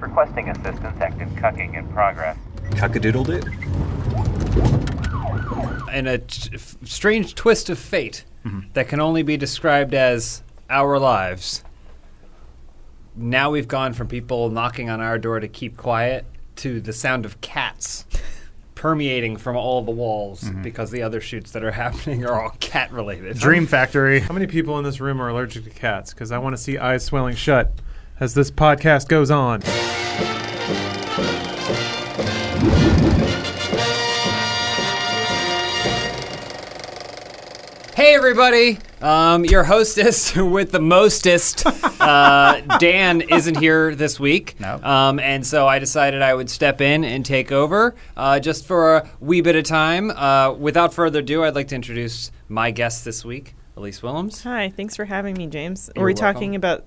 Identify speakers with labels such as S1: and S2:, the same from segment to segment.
S1: Requesting assistance, active cucking in progress.
S2: Cuckadoodled it?
S3: in a t- f- strange twist of fate that can only be described as our lives. Now we've gone from people knocking on our door to keep quiet to the sound of cats permeating from all the walls because the other shoots that are happening are all cat related.
S4: Dream Factory.
S5: How many people in this room are allergic to cats? Because I want to see eyes swelling shut as this podcast goes on.
S3: Hey everybody, um, your hostess with the mostest, uh, Dan isn't here this week,
S4: No.
S3: um, and so I decided I would step in and take over uh, just for a wee bit of time. Uh, without further ado, I'd like to introduce my guest this week, Elise Willems.
S6: Hi, thanks for having me, James.
S3: You're
S6: Are we
S3: welcome.
S6: talking about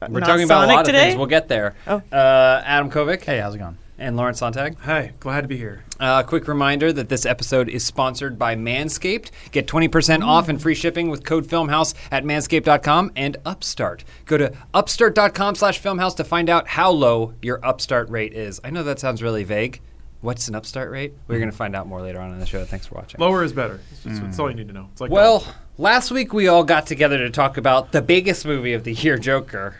S6: uh,
S3: We're
S6: not
S3: talking about a
S6: Sonic
S3: lot
S6: today?
S3: of things. We'll get there.
S6: Oh.
S3: Uh, Adam Kovic
S4: Hey, how's it going?
S3: and Lawrence Sontag.
S5: Hi, glad to be here.
S3: Uh, quick reminder that this episode is sponsored by Manscaped. Get 20% off and free shipping with code FILMHOUSE at manscaped.com and Upstart. Go to upstart.com slash FILMHOUSE to find out how low your Upstart rate is. I know that sounds really vague. What's an Upstart rate? We're going to find out more later on in the show. Thanks for watching.
S5: Lower is better. It's just- That's all you need to know. It's like
S3: Well, last week we all got together to talk about the biggest movie of the year, Joker.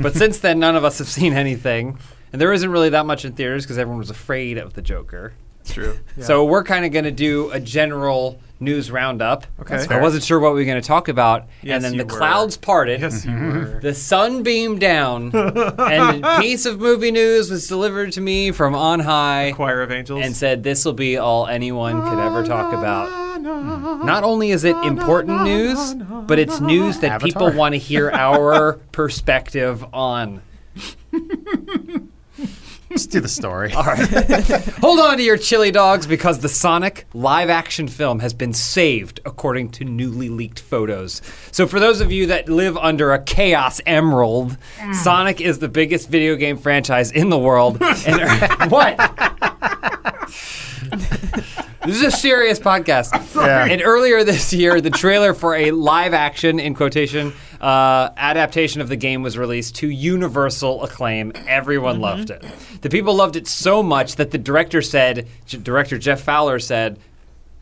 S3: But since then, none of us have seen anything. And there isn't really that much in theaters because everyone was afraid of the Joker.
S5: it's true. Yeah.
S3: So we're kind of going to do a general news roundup.
S5: Okay. That's
S3: I
S5: fair.
S3: wasn't sure what we were going to talk about,
S5: Yes,
S3: and then
S5: you
S3: the
S5: were.
S3: clouds parted.
S5: yes, you were.
S3: The sun beamed down, and a piece of movie news was delivered to me from on high
S5: Choir of Angels.
S3: and said, This will be all anyone could ever talk about.
S5: hmm,
S3: Not only is it important news, but it's news that people
S4: Avatar.
S3: want to hear our perspective on.
S4: Let's do the story.
S3: Hold on to your chili dogs because the Sonic live action film has been saved according to newly leaked photos. So, for those of you that live under a chaos emerald, Sonic is the biggest video game franchise in the world. And what? This is a serious podcast.
S4: sorry.
S3: And earlier this year, the trailer for a live action, in quotation, uh, adaptation of the game was released to universal acclaim. Everyone
S4: Mm-hmm.
S3: loved it. The people loved it so much that the director said, J- director Jeff Fowler said,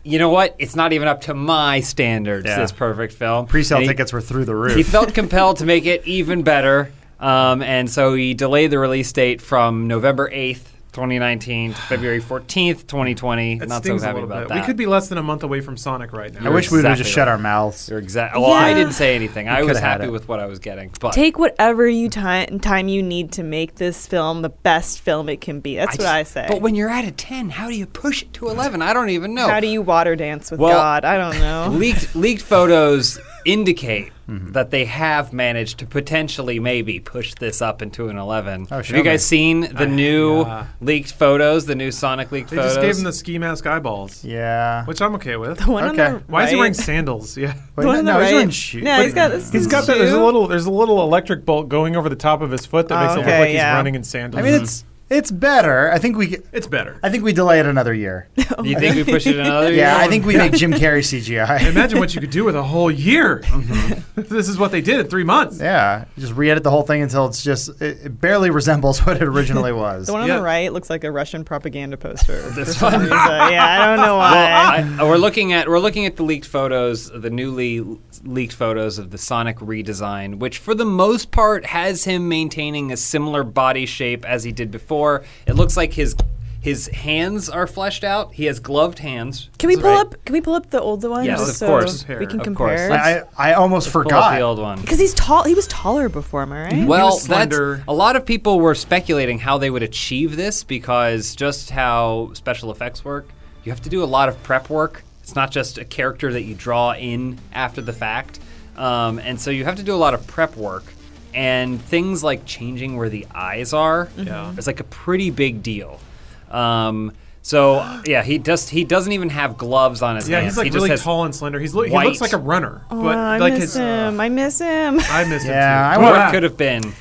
S3: you know what? It's not even up to my standards,
S4: Yeah.
S3: this perfect film.
S4: Pre-sale
S3: And he-
S4: tickets were through the
S3: he
S4: roof.
S3: felt compelled to make it even better, um, and so he delayed the release date from November eighth. 2019 to February 14th, 2020.
S5: It
S3: Not so
S5: stings a
S3: happy
S5: little
S3: about
S5: bit.
S3: that.
S5: We could be less than a month away from Sonic right now.
S4: I wish we would have just
S3: Exactly
S4: shut
S3: right.
S4: our mouths.
S3: You're exactly. Well, I
S6: Yeah.
S3: didn't say anything. I was
S4: coulda had
S3: happy
S4: it.
S3: with what I was getting. But
S6: Take whatever you time time you need to make this film the best film it can be. That's
S3: I
S6: what
S3: just-
S6: I say.
S3: But when you're at a 10, how do you push it to 11? I don't even know.
S6: How do you water dance with
S3: Well-
S6: God? I don't know.
S3: leaked leaked photos indicate that they have managed to potentially maybe push this up into an 11. have
S4: show
S3: you guys
S4: me.
S3: seen the new
S5: yeah.
S3: leaked photos, the new Sonic leaked
S5: They
S3: photos?
S5: just gave him the ski mask eyeballs,
S4: Yeah.
S5: which I'm okay with.
S6: The one on
S4: Okay.
S6: the
S5: Why is he
S6: right-
S5: wearing sandals? Yeah.
S4: Wait,
S6: the one
S4: no,
S6: on the
S4: no, he's
S6: right-
S4: wearing shoes.
S6: No, he's got this.
S5: He's got that. There's a little. There's a little electric bolt going over the top of his foot that
S6: Oh,
S5: makes it look
S6: okay,
S5: like he's
S6: yeah.
S5: running in sandals. Mm-hmm.
S4: I mean, it's it's better. I think we
S5: it's better.
S4: I think we delay it another year.
S3: you think we push it another year?
S4: yeah, I think we make Jim Carrey CGI.
S5: Imagine what you could do with a whole year. this is what they did in three months.
S4: Mm-hmm. yeah, just re-edit the whole thing until it's just it, it barely resembles what it originally was.
S6: The one on
S5: Yeah.
S6: the right looks like a Russian propaganda poster. for
S3: This
S6: some
S3: one.
S6: reason. yeah, I don't know why.
S3: Well, uh,
S6: Ah.
S3: I, we're looking at we're looking at the leaked photos, the newly leaked photos of the Sonic redesign, which for the most part has him maintaining a similar body shape as he did before. It looks like his his hands are fleshed out. He has gloved hands.
S6: can we
S3: That's
S6: pull
S3: right.
S6: up? Can we pull up the old one?
S3: Yes,
S6: just
S3: of
S6: so
S3: course.
S6: We can
S3: Of course.
S6: compare.
S4: I, I I almost
S3: Pull up the
S4: forgot.
S3: old one.
S6: Because he's tall. He was taller before, am I right?
S3: Well,
S5: was
S3: that's,
S5: slender.
S3: a lot of people were speculating how they would achieve this because just how special effects work, you have to do a lot of prep work. It's not just a character that you draw in after the fact. Um, and so you have to do a lot of prep work. And things like changing where the eyes are
S5: Yeah.
S3: is like a pretty big deal. Um, so yeah, he just he doesn't even have gloves on his
S5: Yeah,
S3: hands.
S5: he's like
S3: he just
S5: really
S3: has-
S5: tall and slender. He's lo- he
S3: white-
S5: looks like a runner,
S6: Oh,
S5: but
S6: I
S5: like
S6: miss
S5: his
S6: him. I miss him.
S5: I miss him.
S4: Yeah,
S5: too.
S4: I
S3: What
S4: Wow.
S3: could have been?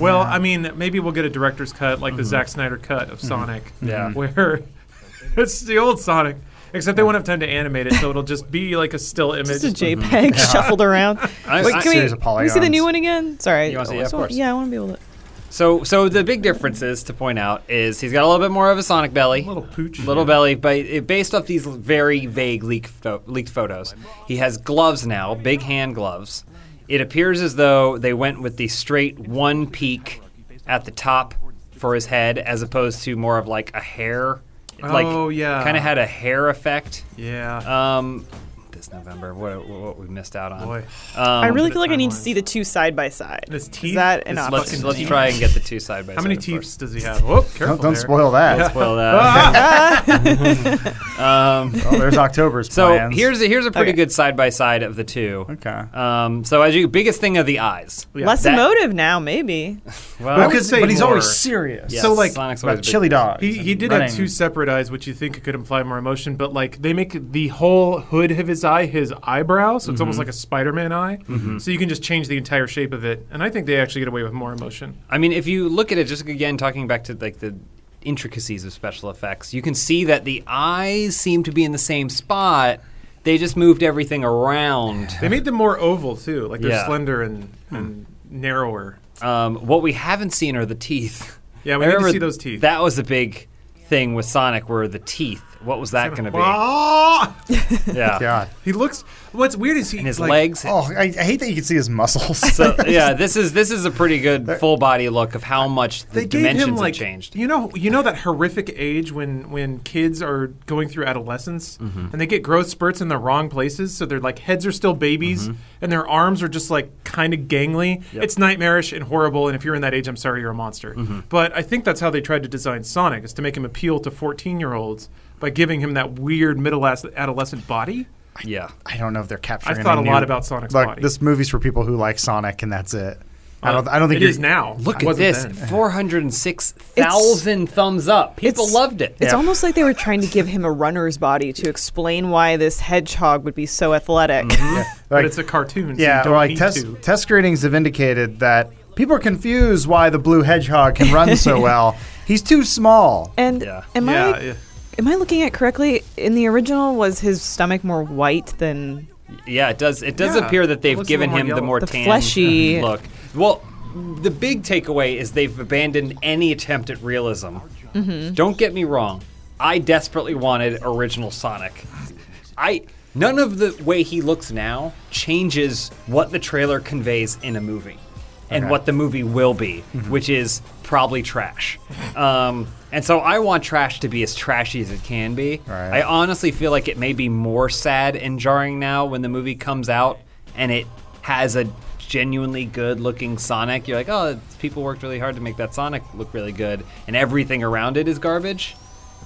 S5: Well, I mean, maybe we'll get a director's cut like the
S4: Mm-hmm.
S5: Zack Snyder cut of Sonic.
S3: Yeah.
S5: Where it's the old Sonic, except they won't have time to animate it, so it'll just be like a still image.
S6: Just a JPEG shuffled around.
S3: I-
S6: Wait,
S3: I-
S6: can we,
S4: Series of
S6: can we see the
S4: polygons.
S6: new one again? Sorry.
S3: You wanna see it?
S6: Which
S3: Of
S6: one?
S3: course.
S6: Yeah, I want to be able to.
S3: So, so the big difference is to point out is he's got a little bit more of a Sonic belly,
S2: Little pooch.
S3: little belly, but it, based off these very vague leak pho- leaked photos, he has gloves now, big hand gloves. It appears as though they went with the straight one peak at the top for his head, as opposed to more of like a hair, like
S5: Oh, yeah.
S3: kind of had a hair effect.
S5: Yeah.
S3: Um, this November, what what we missed out on.
S5: Boy.
S3: Um,
S6: I really feel like I need to
S5: timelines.
S6: see the two side by side.
S5: His
S6: Is
S5: teeth,
S6: that an
S5: his
S6: option?
S3: let's
S5: fucking
S3: let's
S5: teeth.
S3: try and get the two side by side.
S5: How many
S3: of
S5: teeth
S3: course.
S5: does he have? Oh, careful
S4: Don't, don't
S5: there.
S4: spoil that.
S3: Well, uh, um,
S4: Well, there's October's
S3: So
S4: plans.
S3: here's a, here's a pretty
S6: Okay.
S3: good side by side of the two.
S4: okay.
S3: Um, so as you biggest thing of the eyes.
S5: Yeah.
S6: Less
S3: that-
S6: emotive now, maybe.
S5: I
S3: Well,
S5: would
S4: Because,
S5: say
S4: but he's
S5: more.
S4: always serious.
S3: yes,
S5: so, like,
S3: Sonic's always
S4: about
S3: a big-
S4: chili dogs.
S5: He, he
S4: and
S5: did
S4: running.
S5: have two separate eyes, which you think could imply more emotion, but like they make the whole hood of his eye his eyebrow, so it's almost
S3: Mm-hmm.
S5: like a Spider Man eye. So you can just change the entire shape of it. And I think they actually get away with more emotion.
S3: I mean, if you look at it, just again talking back to like the intricacies of special effects, you can see that the eyes seem to be in the same spot. They just moved everything around.
S5: They made them more oval, too. Like they're
S3: Yeah. Hmm.
S5: slender and, and narrower.
S3: Um, what we haven't seen are the teeth.
S5: Yeah, we
S3: I
S5: need to
S3: remember
S5: see those teeth.
S3: That was the big thing with Sonic, were the teeth. What was that going to be?
S5: Ah!
S3: Yeah.
S4: God.
S5: He looks. What's weird is he.
S3: And his
S5: like,
S3: legs.
S4: Oh, I, I hate that you can see his muscles.
S3: So yeah, this is this is a pretty good full body look of how much the
S5: They gave
S3: dimensions
S5: him like
S3: have changed.
S5: you know you know that horrific age when when kids are going through adolescence
S4: Mm-hmm.
S5: and they get growth spurts in the wrong places so their like heads are still babies
S4: Mm-hmm.
S5: and their arms are just like kind of gangly it's nightmarish and horrible and if you're in that age I'm sorry you're a monster
S4: Mm-hmm.
S5: but I think that's how they tried to design Sonic is to make him appeal to 14 year olds by giving him that weird middle as- adolescent body
S3: Yeah.
S4: I don't know if they're capturing.
S5: I've thought
S4: any
S5: a lot
S4: new-
S5: about Sonic's
S4: Look,
S5: body.
S4: this movie's for people who like Sonic, and that's it. I don't. I don't think
S5: Uh, it
S4: you're-
S5: is now
S3: Look
S5: It
S3: at
S5: wasn't
S3: this,
S5: then.
S3: four hundred and six thousand thumbs up. People
S6: It's-
S3: loved it.
S6: It's almost like they were trying to give him a runner's body to explain why this hedgehog would be so athletic.
S5: but
S4: Like,
S5: it's a cartoon so you
S4: yeah,
S5: don't
S4: or like
S5: need
S4: test
S5: to.
S4: test screenings have indicated that people are confused why the blue hedgehog can run so well. He's too small.
S6: And
S3: Yeah.
S6: am
S5: yeah,
S6: I
S5: yeah.
S6: am I looking at correctly? In the original, was his stomach more white than
S3: Yeah, it does. It does
S5: Yeah,
S3: appear that
S5: it
S3: they've
S5: looks a
S3: given
S5: little
S3: him
S5: more
S3: the
S5: yellow.
S3: more tan
S6: The fleshy-
S3: look. Well, the big takeaway is they've abandoned any attempt at realism.
S6: Mm-hmm.
S3: Don't get me wrong. I desperately wanted original Sonic. I none of the way he looks now changes what the trailer conveys in a movie, and what the movie will be,
S5: Mm-hmm.
S3: which is probably trash. Um, and so I want trash to be as trashy as it can be.
S4: Right.
S3: I honestly feel like it may be more sad and jarring now when the movie comes out and it has a genuinely good looking Sonic. You're like, oh, it's- people worked really hard to make that Sonic look really good, and everything around it is garbage.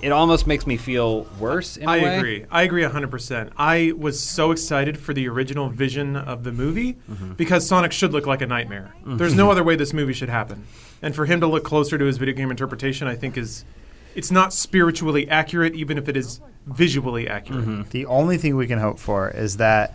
S3: It almost makes me feel worse in a
S5: I
S3: way.
S5: agree. I agree 100%. I was so excited for the original vision of the movie
S4: Mm-hmm.
S5: because Sonic should look like a nightmare. There's no other way this movie should happen. And for him to look closer to his video game interpretation, I think is it's not spiritually accurate even if it is visually accurate.
S4: The only thing we can hope for is that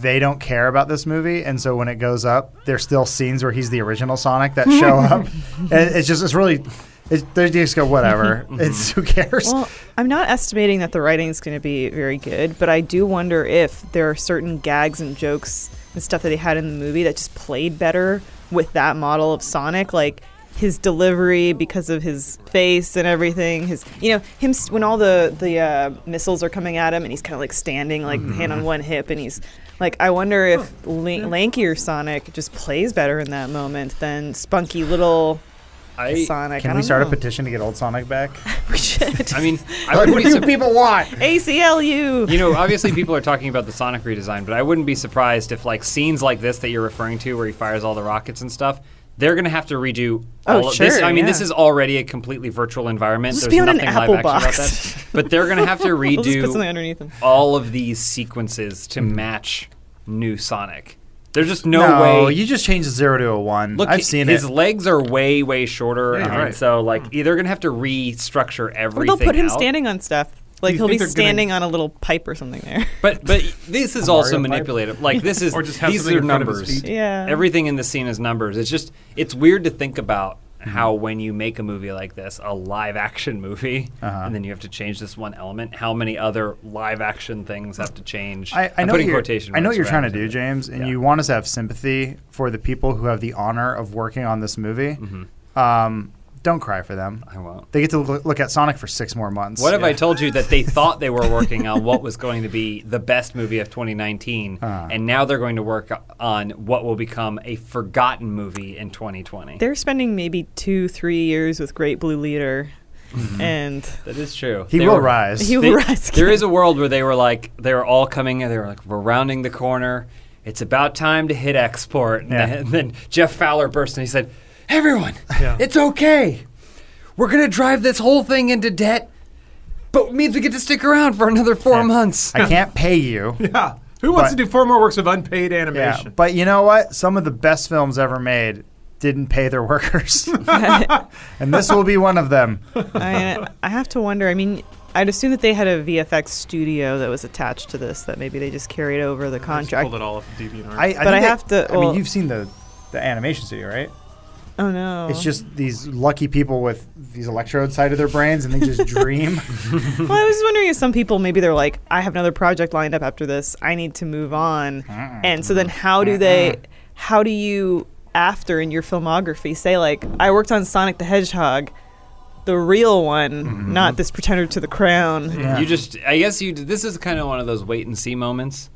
S4: they don't care about this movie, and so when it goes up, there's still scenes where he's the original Sonic that show up. and it's just it's really. It, they just go whatever.
S5: Mm-hmm.
S4: it's who cares.
S6: Well, I'm not estimating that the writing is going to be very good, but I do wonder if there are certain gags and jokes and stuff that they had in the movie that just played better with that model of Sonic, like his delivery because of his face and everything. His, you know, him st- when all the the uh, missiles are coming at him and he's kind of like standing, like hand on one hip, and he's like, I wonder if lan- lankier Sonic just plays better in that moment than spunky little
S3: I,
S6: Sonic. I
S4: Can we
S6: don't
S4: start
S6: know.
S4: a petition to get old Sonic back?
S6: We should.
S3: I mean, I wouldn't be surprised.
S4: people want?
S6: ACLU.
S3: You know, obviously people are talking about the Sonic redesign, but I wouldn't be surprised if like scenes like this that you're referring to, where he fires all the rockets and stuff, they're gonna have to redo.
S6: Oh,
S3: all of this.
S6: sure,
S3: I mean,
S6: yeah.
S3: this is already a completely virtual environment.
S6: Just
S3: There's
S6: be on an
S3: nothing
S6: Apple
S3: live action
S6: box.
S3: about that. But they're gonna have to
S6: We'll just put something
S3: redo
S6: underneath Mm-hmm. them.
S3: all of these sequences to match new Sonic. There's just no,
S4: No,
S3: way.
S4: you just change the zero to a one.
S3: Look,
S4: I've
S3: hi-
S4: seen
S3: his
S4: it.
S3: legs are way, way shorter,
S5: Yeah,
S3: and
S5: you're right.
S3: so like either gonna have to restructure everything.
S6: Or they'll put him
S3: out.
S6: standing on stuff. Like
S5: you
S6: he'll
S5: think
S6: be
S5: they're gonna-
S6: standing on a little pipe or something there.
S3: But but this is also
S4: Mario pipe?
S3: manipulative. Like this is
S5: Or just have
S3: these
S5: something
S3: are
S5: in front of his
S3: numbers.
S5: feet.
S6: Yeah.
S3: Everything in the scene is numbers. It's just it's weird to think about
S4: Mm-hmm.
S3: how when you make a movie like this, a live action movie,
S4: Uh-huh.
S3: and then you have to change this one element, how many other live action things have to change?
S4: I, I
S3: I'm
S4: know what
S3: putting
S4: you're,
S3: quotation.
S4: I know what
S3: marks
S4: you're trying to
S3: around
S4: do,
S3: it.
S4: James, and
S3: Yeah.
S4: you want us to have sympathy for the people who have the honor of working on this movie. Um, don't cry for them.
S3: Mm-hmm. I won't.
S4: They get to look, look at Sonic for six more months.
S3: What if I told you that they thought they were working on what was going to be the best movie of 2019,
S4: Uh.
S3: and now they're going to work on what will become a forgotten movie in 2020?
S6: They're spending maybe two, three years with Great Blue Leader, and
S3: That is true.
S4: He
S3: They
S4: will
S3: were-
S4: rise.
S6: He-
S3: They-
S6: will rise.
S3: There is a world where they were like, they were all coming in, they were like, we're rounding the corner. It's about time to hit export. And,
S4: Yeah.
S3: then, and then Jeff Fowler burst and he said, Everyone,
S5: Yeah.
S3: it's okay. We're going to drive this whole thing into debt, but it means we get to stick around for another four months.
S4: I can't pay you.
S5: Yeah. Who wants
S4: But-
S5: to do four more works of unpaid
S4: yeah,
S5: animation?
S4: but you know what? Some of the best films ever made didn't pay their workers, and this will be one of them.
S6: I, I have to wonder. I mean, I'd assume that they had a VFX studio that was attached to this, that maybe they just carried over the
S5: I just
S6: contract.
S5: Pulled it all off of DeviantArt.
S4: I, I
S6: But
S4: think
S6: I
S4: they-
S6: have to-
S4: I
S6: well-
S4: mean, you've seen the the animation studio, right?
S6: Oh no!
S4: It's just these lucky people with these electrode side of their brains, and they just dream.
S6: well, I was wondering if some people maybe they're like, I have another project lined up after this. I need to move on. And so then how do they how do you after in your filmography say like I worked on Sonic the Hedgehog, the real one,
S3: Mm-hmm.
S6: not this pretender to the crown.
S4: Yeah.
S3: You just, I guess you. This is kind of one of those wait and see moments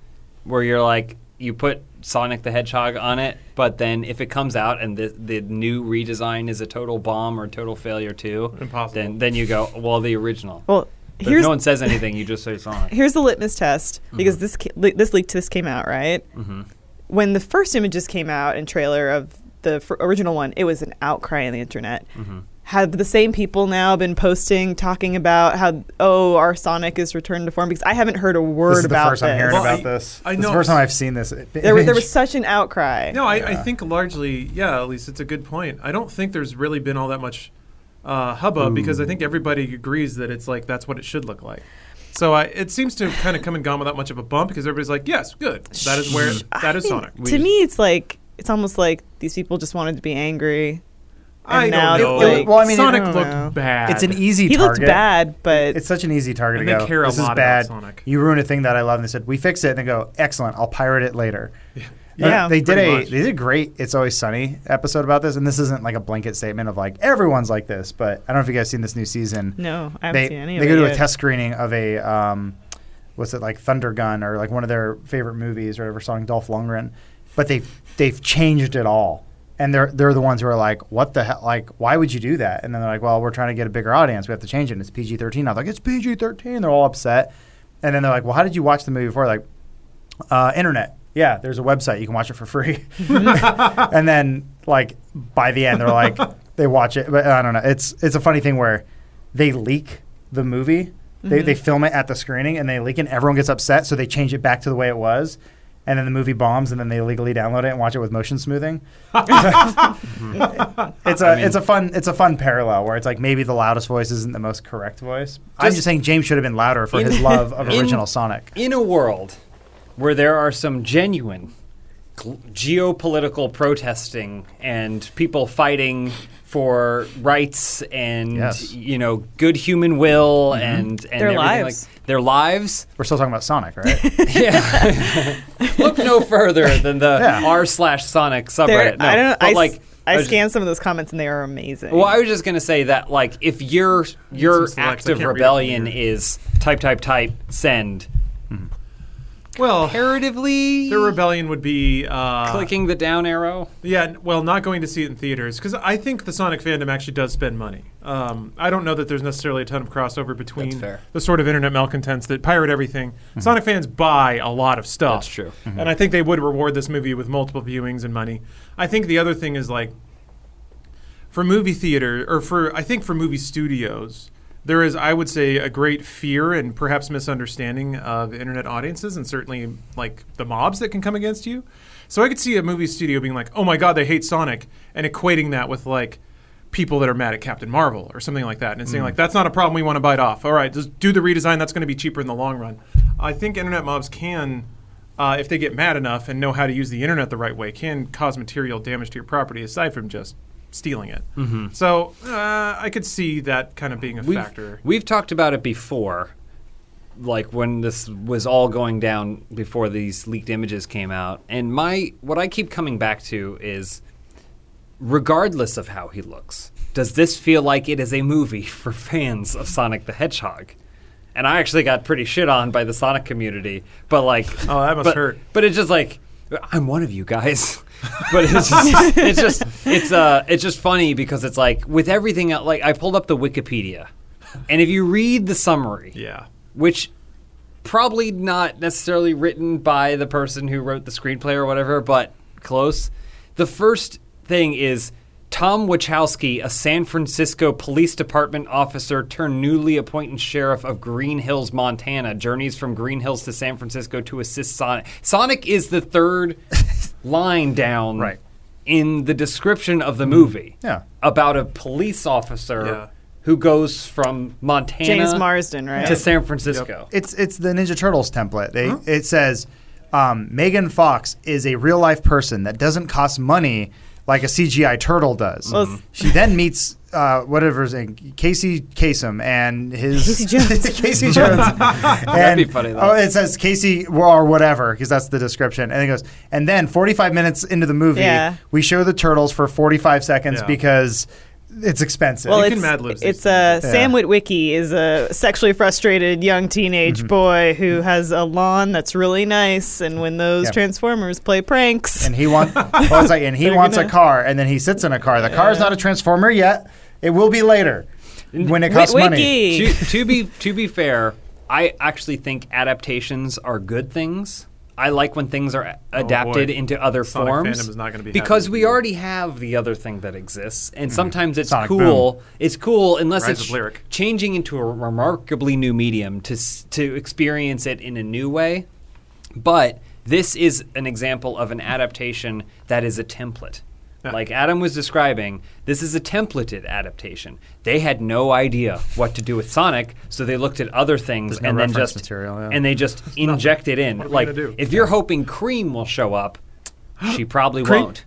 S3: where you're like, you put Sonic the Hedgehog on it, but then if it comes out and the the new redesign is a total bomb or total failure too,
S5: Impossible.
S3: Then then you go, well, the original.
S6: Well,
S3: But if
S6: here's
S3: no one says anything. You just say Sonic.
S6: here's the litmus test
S4: Mm-hmm.
S6: because this ca- li- this leak to this came out right when the first images came out and trailer of the f- original one it was an outcry on the internet
S4: Mm-hmm.
S6: have the same people now been posting talking about how oh our sonic is returned to form because i haven't heard a word
S4: this is the
S6: about
S4: first I'm hearing
S6: this
S5: Well,
S4: about
S5: I-
S4: this.
S5: I
S4: This is the
S5: know-
S4: first time I've seen this. i-
S6: there, was- there
S4: image.
S6: was such an outcry
S5: No, I, I think largely, yeah, at least it's a good point. I don't think there's really been all that much uh, hubbub because I think everybody agrees that it's like that's what it should look like. So I, it seems to have kind of come and gone without much of a bump because everybody's like, yes, good. That is where that is
S6: I-
S5: Sonic.
S6: to me it's like it's almost like these people just wanted to be angry
S5: I
S6: now
S5: don't know.
S6: it's like-
S4: Well, I mean, it-
S5: Sonic
S6: I don't
S5: looked
S6: know.
S5: bad.
S4: It's an e- easy.
S6: he
S4: target.
S6: looked bad but
S4: It's such an easy target
S5: And
S4: to
S5: they
S4: go.
S5: care a
S4: this
S5: lot
S4: is
S5: about
S4: bad.
S5: Sonic.
S4: You ruin a thing that I love. And they said we fix it, and they go excellent. I'll pirate it later. But
S6: Yeah,
S4: they did
S5: pretty
S4: a
S5: much.
S4: they did a great "It's Always Sunny" episode about this, and this isn't like a blanket statement of like everyone's like this. But I don't know if you guys seen this new season.
S6: no i haven't
S4: they
S6: seen any
S4: they go
S6: of it
S4: to a
S6: yet.
S4: test screening of a um, what's it like Thunder Gun or like one of their favorite movies or whatever, starring Dolph Lundgren, but they they've changed it all. And they're they're the ones who are like, what the hell? Like, why would you do that? And then they're like, well, we're trying to get a bigger audience. We have to change it. And it's PG thirteen. I'm like, it's PG thirteen. They're all upset. And then they're like, well, how did you watch the movie before? Like, uh, internet. Yeah, there's a website you can watch it for free. and then like by the end, they're like they watch it, but I don't know. It's it's a funny thing where they leak the movie. They they
S3: Mm-hmm.
S4: film it at the screening and they leak, it and everyone gets upset, so they change it back to the way it was. And then the movie bombs, and then they illegally download it and watch it with motion smoothing. it's a it's a fun it's a fun parallel where it's like maybe the loudest voice isn't the most correct voice. I'm
S3: Just-
S4: just saying James should have been louder for
S3: In-
S4: his love of
S3: in-
S4: original Sonic.
S3: In a world where there are some genuine gl- geopolitical protesting and people fighting for rights and
S4: Yes.
S3: you know good human will
S5: Mm-hmm.
S3: and and
S6: Their
S3: everything
S6: lives.
S3: like their lives
S4: We're still talking about Sonic, right?
S3: yeah look no further than the
S4: Yeah.
S3: r slash sonic
S6: They're-
S3: subreddit no,
S6: I don't know.
S3: but
S6: I, s-
S3: like
S6: I
S3: was-
S6: scanned some of those comments and they are amazing.
S3: well, I was just gonna say that, like, if your your
S5: some
S3: act
S5: selects. I
S3: of
S5: can't read it from
S3: rebellion
S5: here.
S3: is type, type, type, send,
S5: well,
S3: imperatively
S5: their rebellion would be uh,
S3: clicking the down arrow.
S5: Yeah, n- well, not going to see it in theaters because I think the Sonic fandom actually does spend money. Um, I don't know that there's necessarily a ton of crossover
S3: That's
S5: between
S3: fair.
S5: the sort of internet malcontents that pirate everything. Sonic fans buy a lot of
S3: Mm-hmm.
S5: stuff.
S3: That's true. Mm-hmm.
S5: and I think they would reward this movie with multiple viewings and money. I think the other thing is like for movie theater or for I think for movie studios, there is I would say a great fear and perhaps misunderstanding of internet audiences and certainly like the mobs that can come against you. So I could see a movie studio being like, "Oh my god, they hate Sonic," and equating that with like people that are mad at Captain Marvel or something like that and saying like that's not a problem we want to bite off. All right, just do the redesign that's going to be cheaper in the long run. I think internet mobs can uh, if they get mad enough and know how to use the internet the right way, can cause material damage to your property aside from just stealing it. So uh, I could see that kind of being a
S3: Mm-hmm. We've,
S5: factor.
S3: we've talked about it before, like when this was all going down before these leaked images came out. And my what I keep coming back to is, regardless of how he looks, does this feel like it is a movie for fans of Sonic the Hedgehog? And I actually got pretty shit on by the Sonic community, but like,
S5: Oh, that must
S3: but-
S5: hurt.
S3: But it's just like I'm one of you guys. but it's just, it's just it's uh it's just funny because it's like with everything el- like I pulled up the Wikipedia, and if you read the summary,
S5: Yeah.
S3: which probably not necessarily written by the person who wrote the screenplay or whatever, but close. The first thing is Tom Wachowski, a San Francisco Police Department officer turned newly appointed sheriff of Green Hills, Montana, journeys from Green Hills to San Francisco to assist Sonic. Sonic is the third line down
S4: Right.
S3: in the description of the movie
S4: Yeah.
S3: about a police officer
S5: Yeah.
S3: who goes from Montana
S6: James Marsden, right?
S3: to San Francisco.
S4: It's it's the Ninja Turtles template. They it says um, Megan Fox is a real life person that doesn't cost money like a CGI turtle does.
S6: Well,
S3: Mm-hmm.
S6: it's-
S4: She then meets uh, whatever his name, Casey Kasem and his
S6: Casey Jones.
S4: Casey Jones. That'd
S3: be funny, though.
S4: Oh, it says Casey or whatever because that's the description. And it goes, and then 45 minutes into the movie,
S6: Yeah.
S4: we show the turtles for 45 seconds
S5: Yeah.
S4: because it's expensive.
S6: well,
S5: You
S6: it's,
S5: can Mad Libs these
S6: it's a Sam Witwicky is a sexually frustrated young teenage
S3: Mm-hmm.
S6: boy who has a lawn that's really nice, and when those
S4: Yeah.
S6: Transformers play pranks,
S4: and he wants well, it's like, and he
S6: They're
S4: wants a
S6: gonna-
S4: car and then he sits in a car the car's not a transformer yet it will be later when it costs money
S6: Witwicky,
S3: to, to be to be fair, I actually think adaptations are good things. I like when things are a- adapted
S5: Oh, boy.
S3: into other
S5: Sonic
S3: forms.
S5: fandom is not gonna be
S3: because
S5: happy. Mm-hmm.
S3: we already have the other thing that exists, and sometimes it's
S4: Sonic
S3: cool. It's cool unless
S5: Rise
S3: it's
S5: of lyric.
S3: changing into a remarkably new medium to s- to experience it in a new way. But this is an example of an adaptation that is a template. Like Adam was describing, this is a templated adaptation. They had no idea what to do with Sonic, so they looked at other things
S4: There's no
S3: and then
S4: reference
S3: just
S4: material, yeah.
S3: and they just inject it in.
S5: What are we
S3: like
S5: gonna do?
S3: if you're hoping Cream will show up, she probably won't.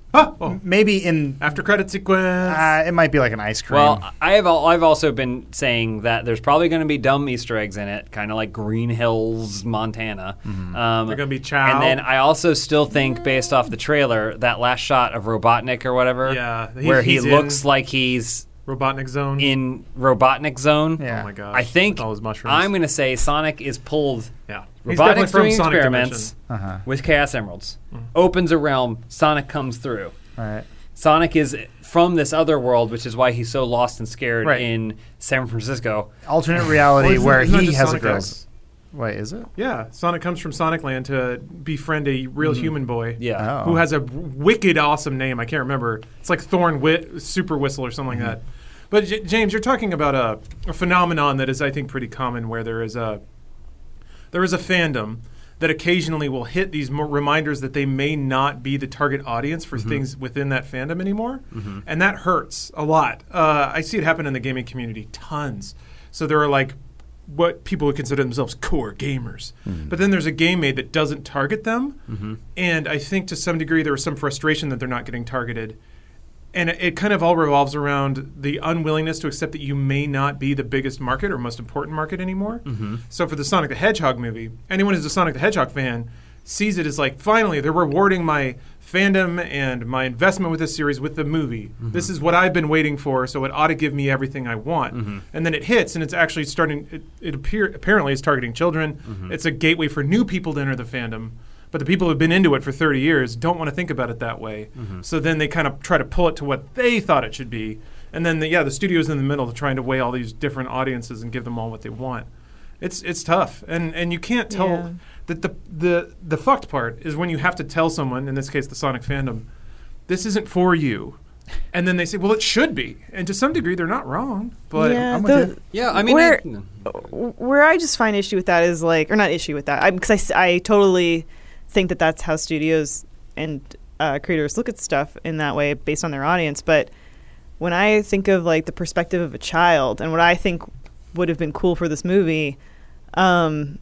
S4: maybe in
S5: After credit sequence.
S4: uh, it might be like an ice cream
S3: Well, I have al- I've also been saying that there's probably going to be dumb Easter eggs in it, kind of like Green Hills, Montana. Um,
S5: They're gonna be chow.
S3: And then I also still think, based off the trailer, that last shot of Robotnik or whatever,
S5: Yeah, he-
S3: where he
S5: he's in-
S3: looks like he's
S5: Robotnik Zone.
S3: in Robotnik Zone.
S4: Yeah.
S5: oh my gosh.
S3: I think
S5: with all his mushrooms.
S3: I'm going to say Sonic is pulled.
S5: Yeah. He's definitely
S3: Robotnik's
S5: from
S3: doing
S5: Sonic
S3: experiments
S5: Dimension. Mm.
S3: with Chaos Emeralds, opens a realm. Sonic comes through.
S4: all right
S3: Sonic is from this other world, which is why he's so lost and scared
S5: Right.
S3: in San Francisco.
S4: alternate reality
S5: Well,
S4: where
S5: it's not
S4: he
S5: just
S4: has
S5: Sonic
S4: a girl
S5: X.
S4: wait is it
S5: Yeah, Sonic comes from Sonic Land to befriend a real human boy.
S3: Mm-hmm. Yeah.
S4: Oh.
S5: Who has a wicked awesome name. I can't remember. It's like Thorn Wit, Super Whistle, or something like that. But J- James, you're talking about a, a phenomenon that is, I think, pretty common where there is a there is a fandom that occasionally will hit these mo- reminders that they may not be the target audience for things within that fandom anymore, and that hurts a lot. Uh, I see it happen in the gaming community tons. So there are like what people would consider themselves core gamers, but then there's a game made that doesn't target them, and I think to some degree there was some frustration that they're not getting targeted. And it- it kind of all revolves around the unwillingness to accept that you may not be the biggest market or most important market anymore. So for the Sonic the Hedgehog movie, anyone who's a Sonic the Hedgehog fan sees it as like, finally, they're rewarding my fandom and my investment with this series with the movie. This is what I've been waiting for, so it ought to give me everything I want. And then it hits, and it's actually starting. It, it appear, apparently is targeting children. It's a gateway for new people to enter the fandom. But the people who've been into it for 30 years don't want to think about it that way. So then they kind of try to pull it to what they thought it should be. And then, the, yeah, the studio's in the middle trying to weigh all these different audiences and give them all what they want. It's, it's tough. And, and you can't tell
S6: Yeah.
S5: that the, the, the fucked part is when you have to tell someone, in this case, the Sonic fandom, this isn't for you. And then they say, well, it should be. And to some degree, they're not wrong. But
S6: yeah,
S4: I'm with
S6: the-
S4: it.
S3: Yeah, I mean,
S6: Where-
S3: I-
S6: where I just find issue with that is like, or not issue with that, because I, s- I totally think that that's how studios and uh, creators look at stuff in that way based on their audience. But when I think of like the perspective of a child and what I think would have been cool for this movie, um,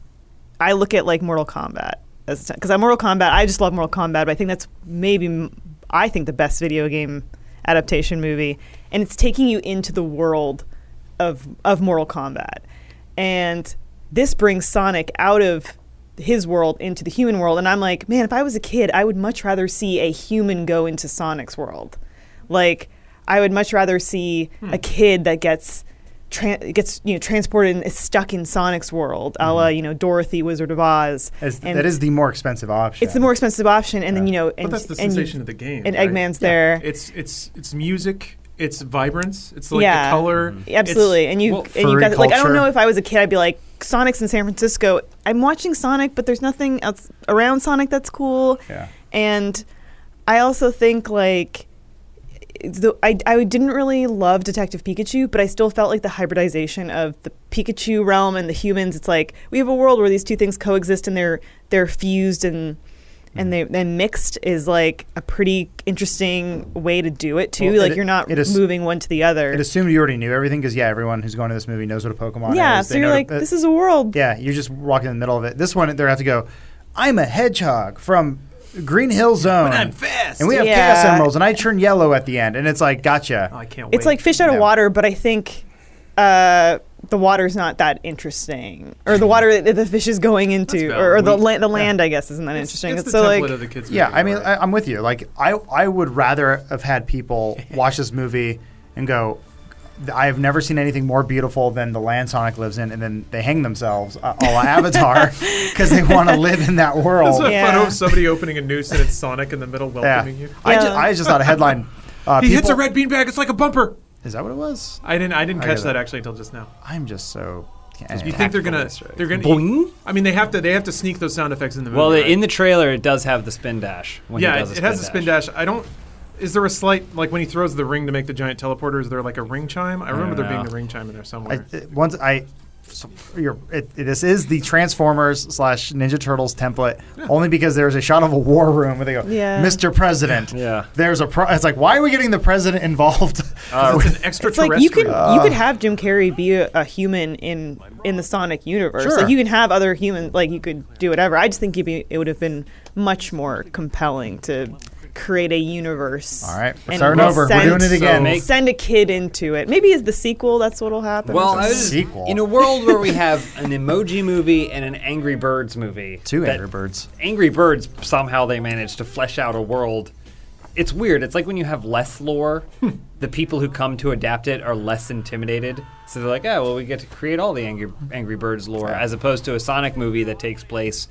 S6: I look at like Mortal Kombat as because I'm Mortal Kombat. I just love Mortal Kombat, but I think that's maybe m- I think the best video game adaptation movie, and it's taking you into the world of of Mortal Kombat, and this brings Sonic out of his world into the human world, and I'm like, man, if I was a kid, I would much rather see a human go into Sonic's world, like. I would much rather see
S5: Hmm.
S6: a kid that gets tran gets you know transported and is stuck in Sonic's world, a
S5: Hmm.
S6: la you know Dorothy, Wizard of Oz.
S4: It's-
S6: And
S4: that is the more expensive option.
S6: it's the more expensive option, and then you know,
S5: but
S6: and,
S5: that's the
S6: and you-
S5: sensation of the game.
S6: and
S5: right?
S6: Eggman's there.
S5: It's it's it's music. It's vibrance. It's like
S6: Yeah.
S5: the color.
S6: Mm-hmm. Absolutely, and you
S3: Well,
S6: and you
S4: furry
S6: got like I don't
S4: culture.
S6: know if I was a kid, I'd be like Sonic's in San Francisco. I'm watching Sonic, but there's nothing else around Sonic that's cool.
S4: Yeah.
S6: And I also think like the, I I didn't really love Detective Pikachu, but I still felt like the hybridization of the Pikachu realm and the humans. It's like we have a world where these two things coexist and they're they're fused and. And they then mixed is like a pretty interesting way to do it too.
S4: Well,
S6: like
S4: it-
S6: you're not
S4: it is-
S6: moving one to the other.
S4: It assumed you already knew everything because yeah, everyone who's going to this movie knows what a Pokemon is.
S6: yeah,
S4: They
S6: so you're
S4: know
S6: like,
S4: to-
S6: this is a world.
S4: uh, Yeah, you're just walking in the middle of it. This one, they have to go. I'm a hedgehog from Green Hill Zone,
S5: I'm fast.
S4: and we have
S6: Yeah.
S4: chaos emeralds, and I turn yellow at the end, and it's like, gotcha.
S5: Oh, I can't wait.
S6: It's like fish out of
S4: No.
S6: water, but I think uh, the water's not that interesting, or the water that the fish is going into,
S5: That's
S6: or, or the
S5: valid.
S6: land, the land I guess, isn't that
S5: It's-
S6: interesting.
S5: It's,
S6: It's
S5: the
S6: so
S5: template
S6: like,
S5: of the kids.
S4: Yeah,
S5: movie,
S4: I mean,
S5: right?
S4: I, I'm with you. Like, I I would rather have had people watch this movie and go, I have never seen anything more beautiful than the land Sonic lives in, and then they hang themselves, uh, a la Avatar, because they want to live in that
S5: That's
S4: world.
S5: what
S6: Yeah.
S5: fun of somebody opening a noose and it's Sonic in the middle welcoming you.
S4: I,
S6: Yeah.
S4: just, I just thought a headline. Uh,
S5: He hits a
S4: people-
S5: red beanbag. It's like a bumper.
S4: Is that what it was?
S5: I didn't. I didn't
S4: I
S5: catch
S4: get
S5: that
S4: it.
S5: actually until just now.
S4: I'm just so.
S5: You think they're gonna?
S3: Tactfully,
S5: They're gonna.
S3: Boing.
S5: I mean, they have to. They have to sneak those sound effects in the movie.
S3: Well,
S5: right?
S3: in the trailer, it does have the spin dash. When he
S5: yeah,
S3: does
S5: it, it has a spin dash. I don't. Is there a slight like when he throws the ring to make the giant teleporter? Is there like a ring chime? I remember there
S3: know.
S5: being the ring chime in there
S4: I,
S5: somewhere.
S4: it- once I, so- you're, it, this is the Transformers slash Ninja Turtles template, only because there's a shot of a war room where they go,
S6: Yeah.
S4: Mr. President.
S3: Yeah.
S4: There's a. Pro- it's like, why are we getting the president involved?
S5: it's an
S6: it's like you
S5: extraterrestrial.
S6: could you could have Jim Carrey be a, a human in in the Sonic universe.
S4: Sure.
S6: Like you can have other humans. Like you could do whatever. I just think it'd be, it would have been much more compelling to create a universe.
S4: All right, we're
S6: and
S4: starting over. We're doing it again.
S3: Make-
S6: Send a kid into it. Maybe is the sequel. That's what'll happen.
S3: Well,
S4: It's a
S3: I was
S4: sequel.
S3: in a world where we have an emoji movie and an Angry Birds movie.
S4: Two
S3: that-
S4: Angry Birds.
S3: Angry Birds somehow they managed to flesh out a world. It's weird. It's like when you have less lore, the people who come to adapt it are less intimidated. So they're like, "Oh, well, we get to create all the Angry Angry Birds lore," as opposed to a Sonic movie that takes place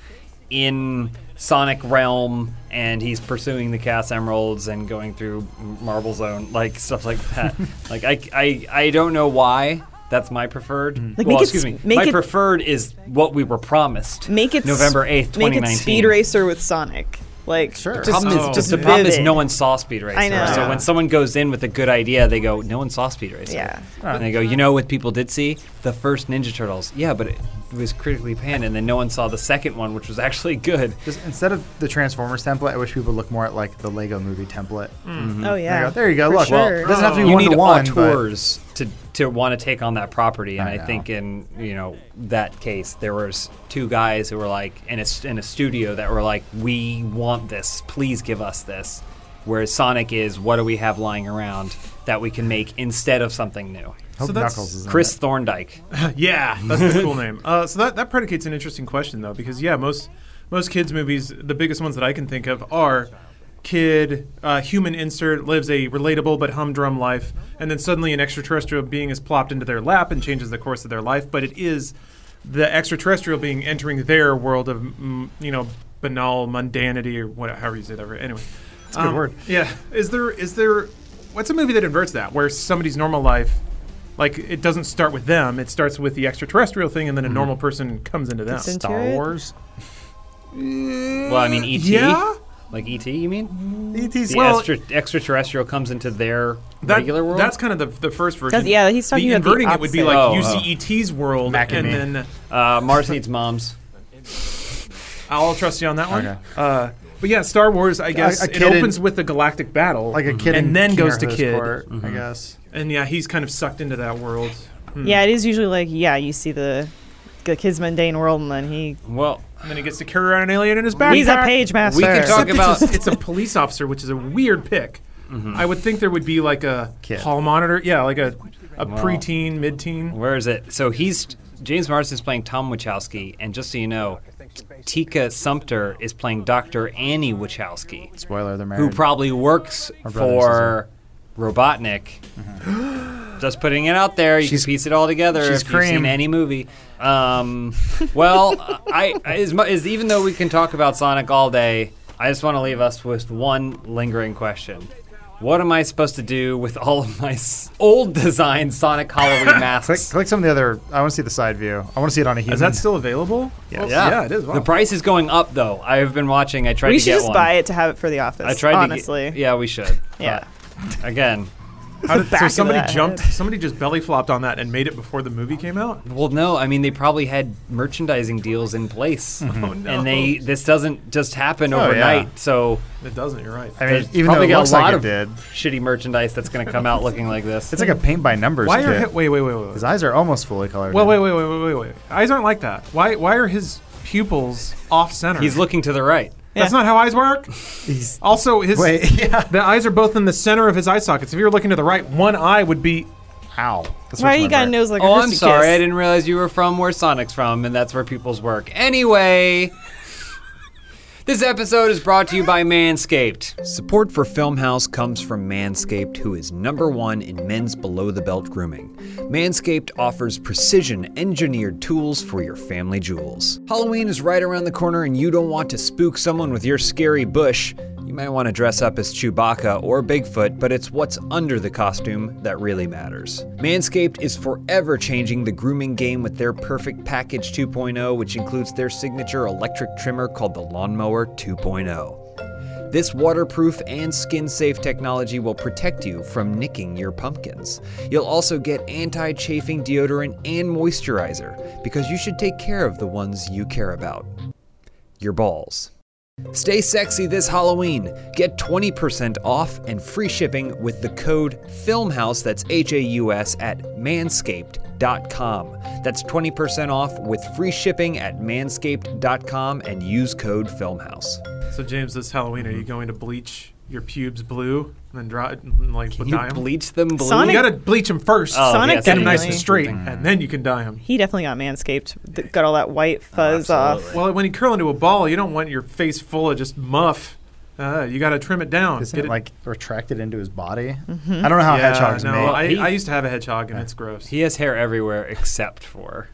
S3: in Sonic Realm and he's pursuing the Chaos Emeralds and going through Marble Zone, like stuff like that. like I, I, I don't know why. That's my preferred.
S6: Like,
S3: well,
S6: make it
S3: excuse
S6: s-
S3: me.
S6: make
S3: My
S6: it-
S3: preferred is what we were promised.
S6: Make it
S3: November eighth,
S6: Make
S3: twenty
S6: it
S3: nineteen.
S6: Speed Racer with Sonic. Like
S4: Sure.
S6: just,
S4: The
S3: problem is,
S5: Oh.
S6: just
S3: the problem is
S6: vivid.
S3: no one saw Speed Racer.
S6: I know.
S3: So
S5: Yeah.
S3: when someone goes in with a good idea, they go, "No one saw Speed Racer."
S6: Yeah.
S3: And they go, "You know what people did see? The first Ninja Turtles. Yeah, but it was critically panned, and then no one saw the second one, which was actually good."
S4: Just instead of the Transformers template, I wish people would look more at like the Lego Movie template. Mm-hmm.
S6: Oh
S4: There, you
S6: yeah.
S4: go. There you go.
S6: For
S4: Look, well,
S6: sure.
S4: it doesn't have to be
S3: you
S4: one
S3: need
S4: to one. but-
S3: auteurs to to want to take on that property, and
S4: I
S3: I,
S4: know.
S3: think in you know that case there was two guys who were like in a s- in a studio that were like, "We want this, please give us this." Whereas Sonic is, "What do we have lying around that we can make instead of something new?"
S4: Hope
S5: So that's-
S4: Knuckles is in
S3: Chris
S4: it.
S3: Thorndike.
S5: yeah, that's the cool name. Uh, so that that predicates an interesting question though, because yeah, most most kids movies, the biggest ones that I can think of are kid uh, human insert lives a relatable but humdrum life, and then suddenly an extraterrestrial being is plopped into their lap and changes the course of their life. But it is the extraterrestrial being entering their world of mm, you know banal mundanity or what, however you say that. Anyway, it's
S4: a good word.
S5: Yeah, is there is there what's a movie that inverts that where somebody's normal life like it doesn't start with them, it starts with the extraterrestrial thing and then a
S4: Mm-hmm.
S5: normal person comes into them.
S6: Gets into
S5: Star
S6: it?
S5: Wars?
S3: Well, I mean,
S4: E
S3: ET.
S5: Yeah.
S3: Like ET, you mean?
S4: ET's
S3: The
S5: Well-
S3: extra, extraterrestrial comes into their
S5: That-
S3: regular world.
S5: That's kind of the, the first version.
S6: That's- yeah, he's talking
S5: the
S6: about the
S5: inverting it would be
S6: opposite.
S5: like you
S3: Oh,
S5: see ET's world
S4: Mac and me.
S5: and, then
S3: uh, Mars needs moms.
S5: I'll trust you on that one.
S4: Okay.
S5: Uh, but yeah, Star Wars, I guess
S4: a
S5: it
S4: kid in-
S5: opens with the galactic battle,
S4: like a kid,
S5: Mm-hmm. and
S4: in
S5: then
S4: Keener
S5: goes to
S4: Host
S5: kid, Mm-hmm.
S4: Court, I guess.
S5: and yeah, he's kind of sucked into that world. Hmm.
S6: Yeah, it is usually like yeah, you see the the kid's mundane world, and then he
S3: Well,
S5: and then he gets to carry around an alien in his backpack.
S6: he's a page master.
S3: we can talk
S5: Except
S3: about
S5: it's a, it's a police officer, which is a weird pick. I would think there would be like a
S4: Kid.
S5: hall monitor. Yeah, like a, a
S3: Wow.
S5: preteen, mid-teen.
S3: Where is it? So he's James Marsden's playing Tom Wachowski, and just so you know, Tika Sumpter is playing Dr. Annie Wachowski,
S4: Spoiler: They're married.
S3: who probably works
S4: brother and
S3: for Robotnik. Just putting it out there, you
S4: Mm-hmm. She's-
S3: can piece it all together
S4: she's
S3: if you've
S4: cream.
S3: seen any movie. Um, well, I, I as, mu- as even though we can talk about Sonic all day, I just want to leave us with one lingering question. What am I supposed to do with all of my s- old design Sonic Halloween masks?
S4: click, click some of the other. I want to see the side view. I want to see it on a human.
S5: Is that still available? Well,
S3: Yeah.
S5: it is. Wow.
S3: The price is going up though. I have been watching. I tried
S6: we
S3: to get
S6: should just
S3: one.
S6: buy it to have it for the office.
S3: I tried
S6: honestly.
S3: to get, Yeah, we should.
S6: yeah.
S3: Again.
S5: How did, so
S6: of
S5: somebody
S6: that
S5: jumped. Somebody just belly flopped on that and made it before the movie came out.
S3: Well, no, I mean they probably had merchandising deals in place. And they this doesn't just happen
S4: yeah.
S3: overnight. So
S5: It doesn't. You're right.
S4: I mean,
S3: there's
S4: even though
S3: probably
S4: it
S3: got
S4: looks
S3: a lot
S4: like it did,
S3: of shitty merchandise that's going to come out looking like this.
S4: it's like a paint by numbers.
S5: why are
S4: kit.
S5: hi- wait wait wait wait
S4: His
S5: wait.
S4: eyes are almost fully colored.
S5: Well,
S4: in.
S5: wait wait wait wait wait wait. Eyes aren't like that. Why why are his pupils off center?
S3: He's looking to the right.
S5: That's not how eyes work.
S4: He's-
S5: Also, his
S4: Wait, yeah.
S5: the eyes are both in the center of his eye sockets. If you were looking to the right, one eye would be.
S4: Ow. That's
S6: Why
S4: what
S6: you
S4: my
S6: got a
S4: mark-
S6: nose like a
S3: Oh, I'm
S6: Hershey
S3: sorry.
S6: kiss?
S3: I didn't realize you were from where Sonic's from, and that's where pupils work. Anyway, this episode is brought to you by Manscaped. Support for Film House comes from Manscaped, who is number one in men's below the belt grooming. Manscaped offers precision engineered tools for your family jewels. Halloween is right around the corner, and you don't want to spook someone with your scary bush. You might want to dress up as Chewbacca or Bigfoot, but it's what's under the costume that really matters. Manscaped is forever changing the grooming game with their Perfect Package 2.0, which includes their signature electric trimmer called the Lawnmower 2.0. This waterproof and skin safe technology will protect you from nicking your pumpkins. You'll also get anti chafing deodorant and moisturizer because you should take care of the ones you care about your balls. Stay sexy this Halloween. Get 20% off and free shipping with the code FILMHOUSE, that's H A U S, at manscaped.com. That's 20% off with free shipping at manscaped.com and use code FILMHOUSE.
S5: So James, this Halloween, are you going to bleach your pubes blue and then dry and like dye 'em?
S3: bleach them blue?
S5: You
S6: Sonic-
S5: gotta bleach them first.
S3: Oh,
S6: Sonic
S3: yes,
S5: Get them nice
S6: definitely.
S5: and straight, and then you can dye them.
S6: He definitely got manscaped. Th- Got all that white
S3: Oh,
S6: fuzz off.
S5: Well, when you curl into a ball, you don't want your face full of just muff. Uh, you got to trim it down.
S4: Isn't
S5: Get
S4: it like retracted into his body? I don't know how
S5: yeah,
S4: hedgehogs
S5: no,
S4: mate.
S5: I,
S3: He-
S5: I used to have a hedgehog, and it's gross.
S3: He has hair everywhere except for.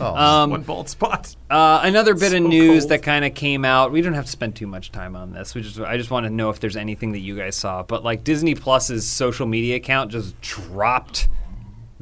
S4: Oh.
S3: um,
S5: One bald spot.
S3: Uh, another bit of
S5: So
S3: news
S5: cold.
S3: that kind of came out. We don't have to spend too much time on this. We just I just want to know if there's anything that you guys saw. But like Disney Plus's social media account just dropped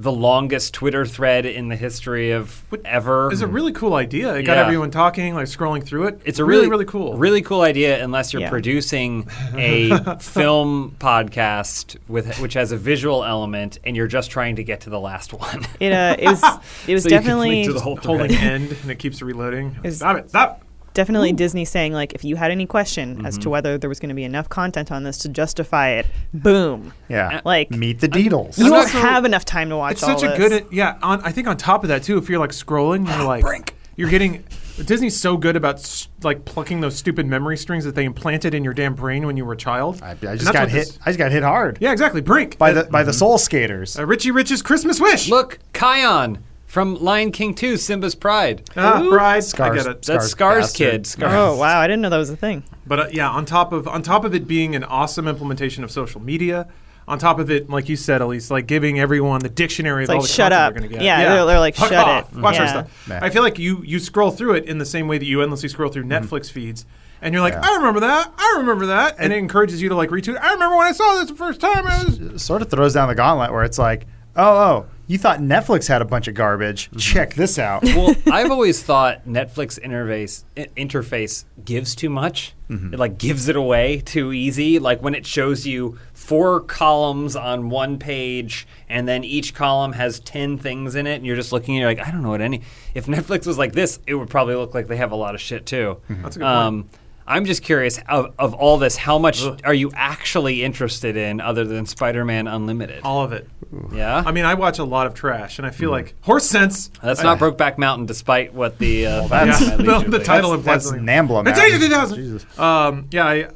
S3: the longest Twitter thread in the history of ever.
S5: It's a really cool idea. It got
S3: um, Yeah.
S5: everyone talking, like scrolling through it.
S3: it's a
S5: really,
S3: really,
S5: really cool.
S3: really cool idea unless you're
S6: Yeah.
S3: producing a film podcast with which has a visual element and you're just trying to get to the last one.
S6: It uh, it was it was
S3: So you can
S6: definitely
S3: link to the whole
S5: Hold
S3: thread.
S5: like end, and it keeps reloading.
S6: Is-
S5: stop it! Stop.
S6: definitely Disney saying like if you had any question as
S3: Mm-hmm.
S6: to whether there was going to be enough content on this to justify it, boom.
S4: yeah.
S6: Like
S4: Meet the Deedles.
S6: you don't
S5: also-
S6: have enough time to watch
S5: It's
S6: all
S5: such a
S6: this. Oh,
S5: good. Yeah. On, I think on top of that too, if you're like scrolling, you're
S4: Ah,
S5: like you're getting. Disney's so good about s- like plucking those stupid memory strings that they implanted in your damn brain when you were a child.
S4: I, I
S5: And
S4: just
S5: that's
S4: got
S5: what
S4: hit.
S5: this-
S4: I just got hit hard
S5: yeah, exactly. Brink
S4: by the by the soul skaters.
S5: Uh, Richie Rich's Christmas Wish.
S3: Look, Kion from Lion King 2 Simba's Pride.
S5: ah, bride.
S4: Scars.
S5: I get it.
S3: That's
S4: Scar's
S3: Scar's
S4: bastard.
S3: kid. Scar.
S6: Oh wow, I didn't know that was a thing.
S5: But uh, yeah, on top of on top of it being an awesome implementation of social media, on top of it, like you said, Elise, like giving everyone the dictionary of
S6: like,
S5: all the
S6: shut
S5: content
S6: up.
S5: they're gonna get.
S6: Yeah, they're- they're like,
S5: Fuck
S6: shut
S5: off.
S6: it.
S5: Watch our
S6: Yeah.
S5: stuff.
S4: Yeah.
S5: I feel like you you scroll through it in the same way that you endlessly scroll through
S3: Mm-hmm.
S5: Netflix feeds, and you're like, I remember that, I remember that, and it encourages you to like retweet. I remember when I saw this the first time. I was
S4: sort of throws down the gauntlet where it's like, oh, oh, you thought Netflix had a bunch of garbage. Check this out.
S3: well, I've always thought Netflix interface i- interface gives too much.
S5: Mm-hmm.
S3: It like gives it away too easy. Like when it shows you four columns on one page, and then each column has ten things in it, and you're just looking and you're like, I don't know what any. If Netflix was like this, it would probably look like they have a lot of shit too.
S5: Mm-hmm. That's a good
S3: Um, I'm just curious of, of all this, how much are you actually interested in other than Spider-Man Unlimited?
S5: all of it.
S3: yeah,
S5: I mean, I watch a lot of trash, and I feel like horse sense.
S3: Mm-hmm. that's not Brokeback Mountain, despite what the uh,
S4: that's-
S3: my
S5: the,
S3: leisure
S5: the
S3: league-
S5: title
S4: That's-
S5: implies
S4: that's
S5: something.
S4: Nambla
S5: It's
S4: Mountain.
S5: 82,000.
S4: Jesus.
S5: Um, yeah, I,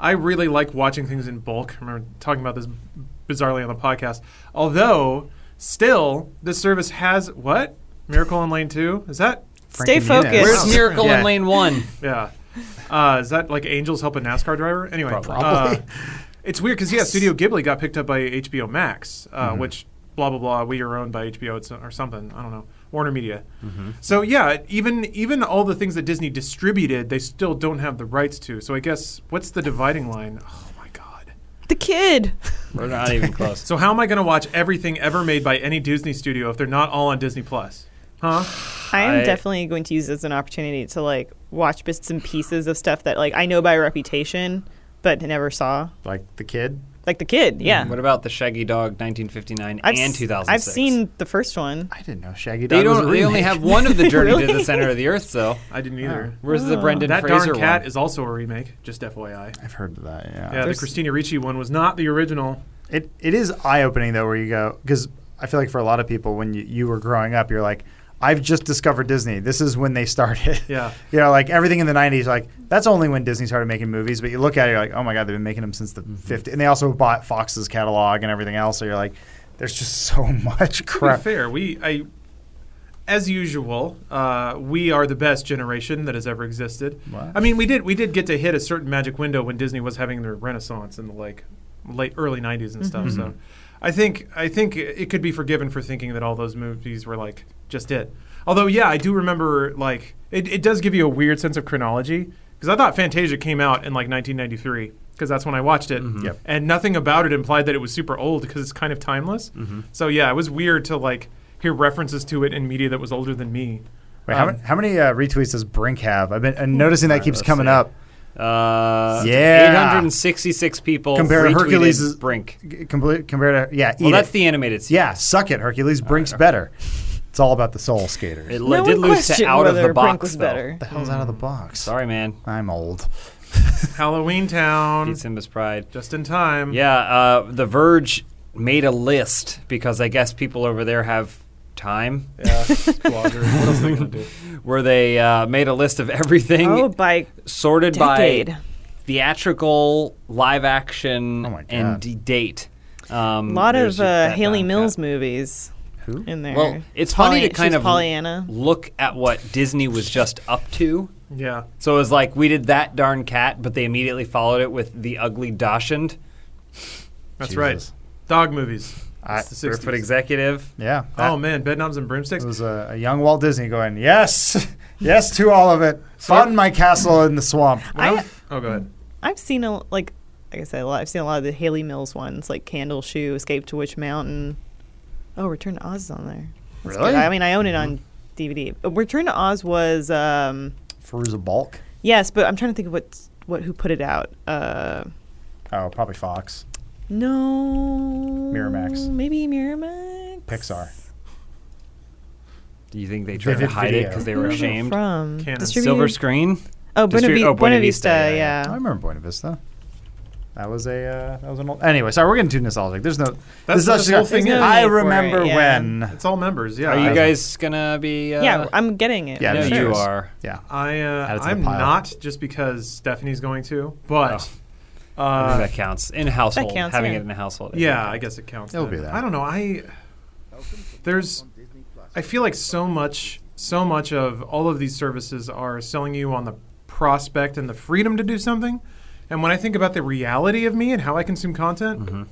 S5: I really like watching things in bulk. I remember talking about this bizarrely on the podcast. Although, still, this service has what? Miracle on Lane 2? Is that?
S4: Frankie
S6: Stay
S4: Muniz.
S6: focused.
S3: Where's
S5: Wow.
S3: Miracle
S4: Yeah.
S3: in Lane One?
S5: Yeah. Uh, is that like Angels Help a NASCAR Driver? Anyway.
S4: Probably.
S5: uh, it's weird because, yeah, Studio Ghibli got picked up by HBO Max, uh,
S3: Mm-hmm.
S5: which blah, blah, blah. We are owned by HBO it's- or something. I don't know. Warner Media.
S3: Mm-hmm.
S5: So, yeah, even even all the things that Disney distributed, they still don't have the rights to. So, I guess, what's the dividing line? Oh, my God.
S6: The kid.
S3: We're not even close.
S5: So, how am I going to watch everything ever made by any Disney studio if they're not all on Disney Plus? Huh?
S6: I am
S3: I-
S6: definitely going to use this as an opportunity to like watch bits and pieces of stuff that like I know by reputation, but never saw.
S4: Like the kid.
S6: Like the kid, yeah.
S3: What about the Shaggy Dog 1959
S6: I've
S3: Mm-hmm. and
S6: s-
S3: 2006?
S6: I've seen the first one.
S4: I didn't know Shaggy Dog
S3: They
S4: was a
S3: don't. They only
S4: remake.
S3: have one of the Journey to the Center of the Earth, though.
S5: I didn't either.
S3: Where's
S6: Oh.
S3: the Brendan
S5: That
S3: Fraser
S5: darn cat
S3: one?
S5: is also a remake, just FYI.
S4: I've heard of that. Yeah.
S5: Yeah, the Christina Ricci one was not the original.
S4: It it is eye opening though, where you go because I feel like for a lot of people, when you, you were growing up, you're like, I've just discovered Disney. This is when they started.
S5: Yeah.
S4: you know, like everything in the '90s, like that's only when Disney started making movies. But you look at it, you're like, oh my god, they've been making them since the '50s, and they also bought Fox's catalog and everything else. So you're like, there's just so much
S5: To be
S4: crap.
S5: fair, we I, as usual, uh, we are the best generation that has ever existed.
S4: Wow.
S5: I mean, we did we did get to hit a certain magic window when Disney was having their renaissance in the like late early '90s and stuff. So, I think I think it could be forgiven for thinking that all those movies were like just it. Although, yeah, I do remember like it, it does give you a weird sense of chronology because I thought Fantasia came out in like 1993 because that's when I watched it.
S4: Yep.
S5: and nothing about it implied that it was super old because it's kind of timeless. So yeah, it was weird to like hear references to it in media that was older than me.
S4: Wait, how,
S5: Um,
S4: many, how many uh, retweets does Brink have? I've been uh, noticing that keeps
S3: let's
S4: coming
S3: see.
S4: up.
S3: Uh,
S4: Yeah.
S3: 866 people
S4: Compared to
S3: retweeted
S4: Hercules's-
S3: Brink.
S4: G- Complete, compared to yeah, eat
S3: Well, that's
S4: it.
S3: the animated series.
S4: yeah, suck it, Hercules. Brink's better. It's all about the soul skaters.
S3: It
S6: No
S3: lo- did
S6: one
S3: lose to
S6: questioned
S3: out of
S6: whether
S3: the box.
S6: Brink was
S3: though.
S6: better.
S4: the hell's out of the box?
S3: Sorry, man.
S4: I'm old.
S5: Halloween Town,
S6: Hmm.
S3: Beat Simba's pride.
S5: just in time.
S3: Yeah, uh, The Verge made a list because I guess people over there have time,
S5: Yeah, squadron. What else are they gonna do?
S3: where they uh, made a list of everything
S6: Oh, by
S3: sorted by
S6: decade.
S3: theatrical, live action,
S4: Oh my God.
S3: and d- date. Um,
S6: A lot
S3: there's
S6: of uh,
S3: that
S6: Haley
S3: down,
S6: Mills
S3: yeah.
S6: movies
S4: Who?
S6: in there.
S3: Well, it's funny
S6: Polly-
S3: to kind
S6: she's
S3: of
S6: Pollyanna.
S3: look at what Disney was just up to.
S5: Yeah,
S3: So it was like we did that darn cat, but they immediately followed it with the ugly Dachshund,
S5: that's
S4: Jesus.
S5: right. Dog movies.
S4: I-
S5: It's the 60s.
S3: Barefoot Executive.
S4: Yeah.
S5: Oh man, bedknobs and broomsticks.
S4: It was uh, a, a young Walt Disney going, yes, yes to all of it. Fund my castle in the swamp.
S5: When I
S6: I-
S5: was- oh, go ahead.
S6: I've seen a like like I said a lot. I've seen a lot of the Haley Mills ones, like Candle Shoe, Escape to Witch Mountain. Oh, Return to Oz is on there. That's
S4: Really?
S6: Good. I mean, I own it
S4: Mm-hmm.
S6: on DVD. But Uh, Return to Oz was um,
S4: Feruza Balk.
S6: yes, but I'm trying to think of what what who put it out. Uh,
S4: Oh, probably Fox.
S6: no,
S4: Miramax.
S6: Maybe Miramax.
S4: Pixar.
S3: Do you think they tried to
S4: Vivid
S3: hide it
S4: Video. Uh,
S3: because they were ashamed?
S6: From
S5: Canon.
S6: distributed-
S3: Silver screen.
S6: Oh, Buena,
S3: Distrib-
S6: Vi-
S3: oh,
S6: Buena Vista. Yeah.
S4: I remember Buena Vista. That was a uh, that was an old. Anyway, sorry, we're getting too nostalgic. There's no.
S5: That's what
S4: is-
S5: this whole thing
S6: is.
S4: I
S6: There's no need for it,
S4: remember
S6: yeah.
S4: when.
S5: It's all members. Yeah.
S3: Are you
S5: I-
S3: guys gonna be? Uh,
S6: yeah, I'm getting it.
S4: Yeah,
S3: I
S6: for
S3: know
S4: sure.
S3: you are.
S4: Yeah.
S5: I
S4: Add it
S5: uh,
S4: to the
S5: I'm
S4: pile.
S5: not just because Stephanie's going to, but
S4: Oh.
S3: I think
S5: uh,
S3: that counts in a household.
S6: counts,
S3: having
S6: yeah.
S3: it in a household.
S5: Yeah, I guess it counts.
S4: It'll
S5: then.
S4: be that.
S5: I don't know. I there's I feel like so much so much of all of these services are selling you on the prospect and the freedom to do something. And when I think about the reality of me and how I consume content,
S4: Mm-hmm.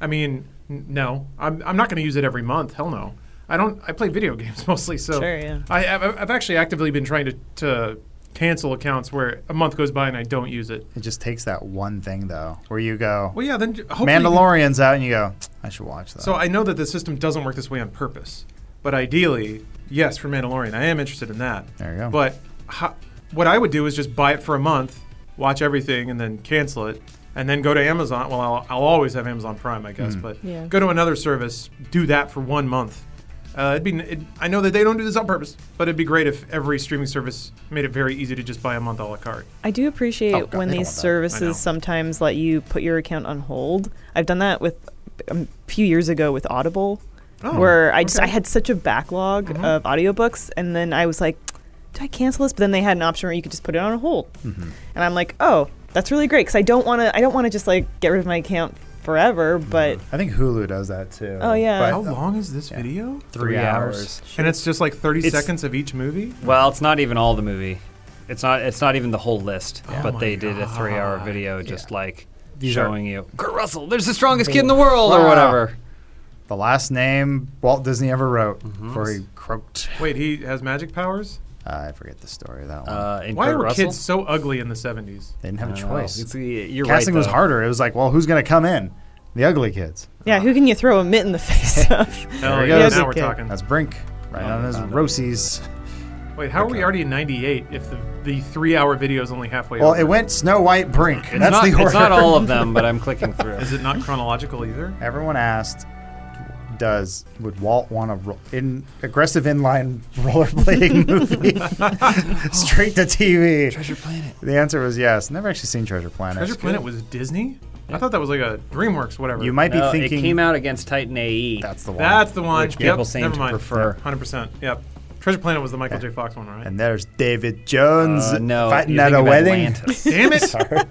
S5: I mean, n- no, I'm, I'm not going to use it every month. Hell no. I don't. I play video games mostly, so
S6: Sure, yeah.
S5: I, I've, I've actually actively been trying to, to cancel accounts where a month goes by and I don't use it.
S4: It just takes that one thing though, where you go.
S5: Well, yeah, then hopefully
S4: Mandalorian's out, and you go. I should watch that.
S5: So I know that the system doesn't work this way on purpose, but ideally, yes, for Mandalorian, I am interested in that.
S4: There you go.
S5: But ho- what I would do is just buy it for a month, watch everything, and then cancel it, and then go to Amazon. Well, I'll, I'll always have Amazon Prime, I guess, but
S6: Yeah.
S5: go to another service, do that for one month. Uh, it'd be. n- It, I know that they don't do this on purpose, but it'd be great if every streaming service made it very easy to just buy a month a la carte.
S6: I do appreciate
S4: Oh, God,
S6: when
S4: they don't want
S6: these
S4: that. I
S5: know.
S6: services sometimes let you put your account on hold. I've done that with um, a few years ago with Audible,
S5: Oh,
S6: where I just I
S5: okay.
S6: had such a backlog of audiobooks, and then I was like, "Do I cancel this?" But then they had an option where you could just put it on hold, and I'm like, "Oh, that's really great because I don't want to. I don't want to just like get rid of my account forever. But
S4: I think Hulu does that too.
S6: Oh, yeah.
S4: But
S5: How long is this video?
S4: Three hours.
S5: And it's just like 30
S3: It's-
S5: seconds of each movie?
S3: Well, it's not even all the movie. It's not. It's not even the whole list.
S4: Oh
S5: my
S3: But they did a three-hour
S5: God.
S3: video just like
S4: These are-
S3: showing you Kurt Russell. There's the strongest kid in the world, or
S4: Wow.
S3: whatever.
S4: The last name Walt Disney ever wrote
S3: Mm-hmm.
S4: before he croaked. Ah,
S5: Wait, he has magic powers?
S4: I forget the story of that one.
S3: Uh, and
S5: Why
S3: Kurt
S5: were
S3: Russell?
S5: kids so ugly in the 70s?
S4: they didn't have a
S3: I don't know.
S4: choice.
S3: It's- You're right,
S4: Casting was
S3: though.
S4: harder. It was like, well, who's going to come in? The ugly kids.
S6: yeah, who can you throw a mitt in the face of?
S5: Hell
S3: Oh,
S4: he
S5: Oh, yeah,
S4: goes.
S5: now we're
S6: Okay.
S5: talking.
S4: That's Brink, right on his Rosies.
S5: Wait, how are we already in 98 if the, the three hour video is only halfway
S4: Well,
S5: over?
S4: it went Snow White Brink.
S3: It's
S4: That's
S3: not,
S4: the order.
S3: It's not all of them, but I'm clicking through.
S5: Is it not chronological either?
S4: Everyone asked, does would Walt want a ro- in aggressive inline rollerblading movie straight to TV? Treasure Planet. The answer was yes. Never actually seen Treasure Planet.
S5: Treasure Planet was Disney? I thought that was like a DreamWorks, whatever.
S4: You might
S3: No,
S4: be thinking
S3: it came out against Titan E. AE.
S4: that's the one.
S5: That's the one.
S3: Which
S5: yep,
S3: people seem
S5: never
S3: to
S5: mind.
S3: prefer.
S5: 100%. Yep. Treasure Planet was the Michael J. Fox one, right?
S4: and there's David Jones
S3: Uh, no,
S4: fighting
S3: you're
S4: at
S3: thinking
S4: a
S3: about
S4: wedding.
S3: Atlantis.
S5: Damn it!
S4: Sorry.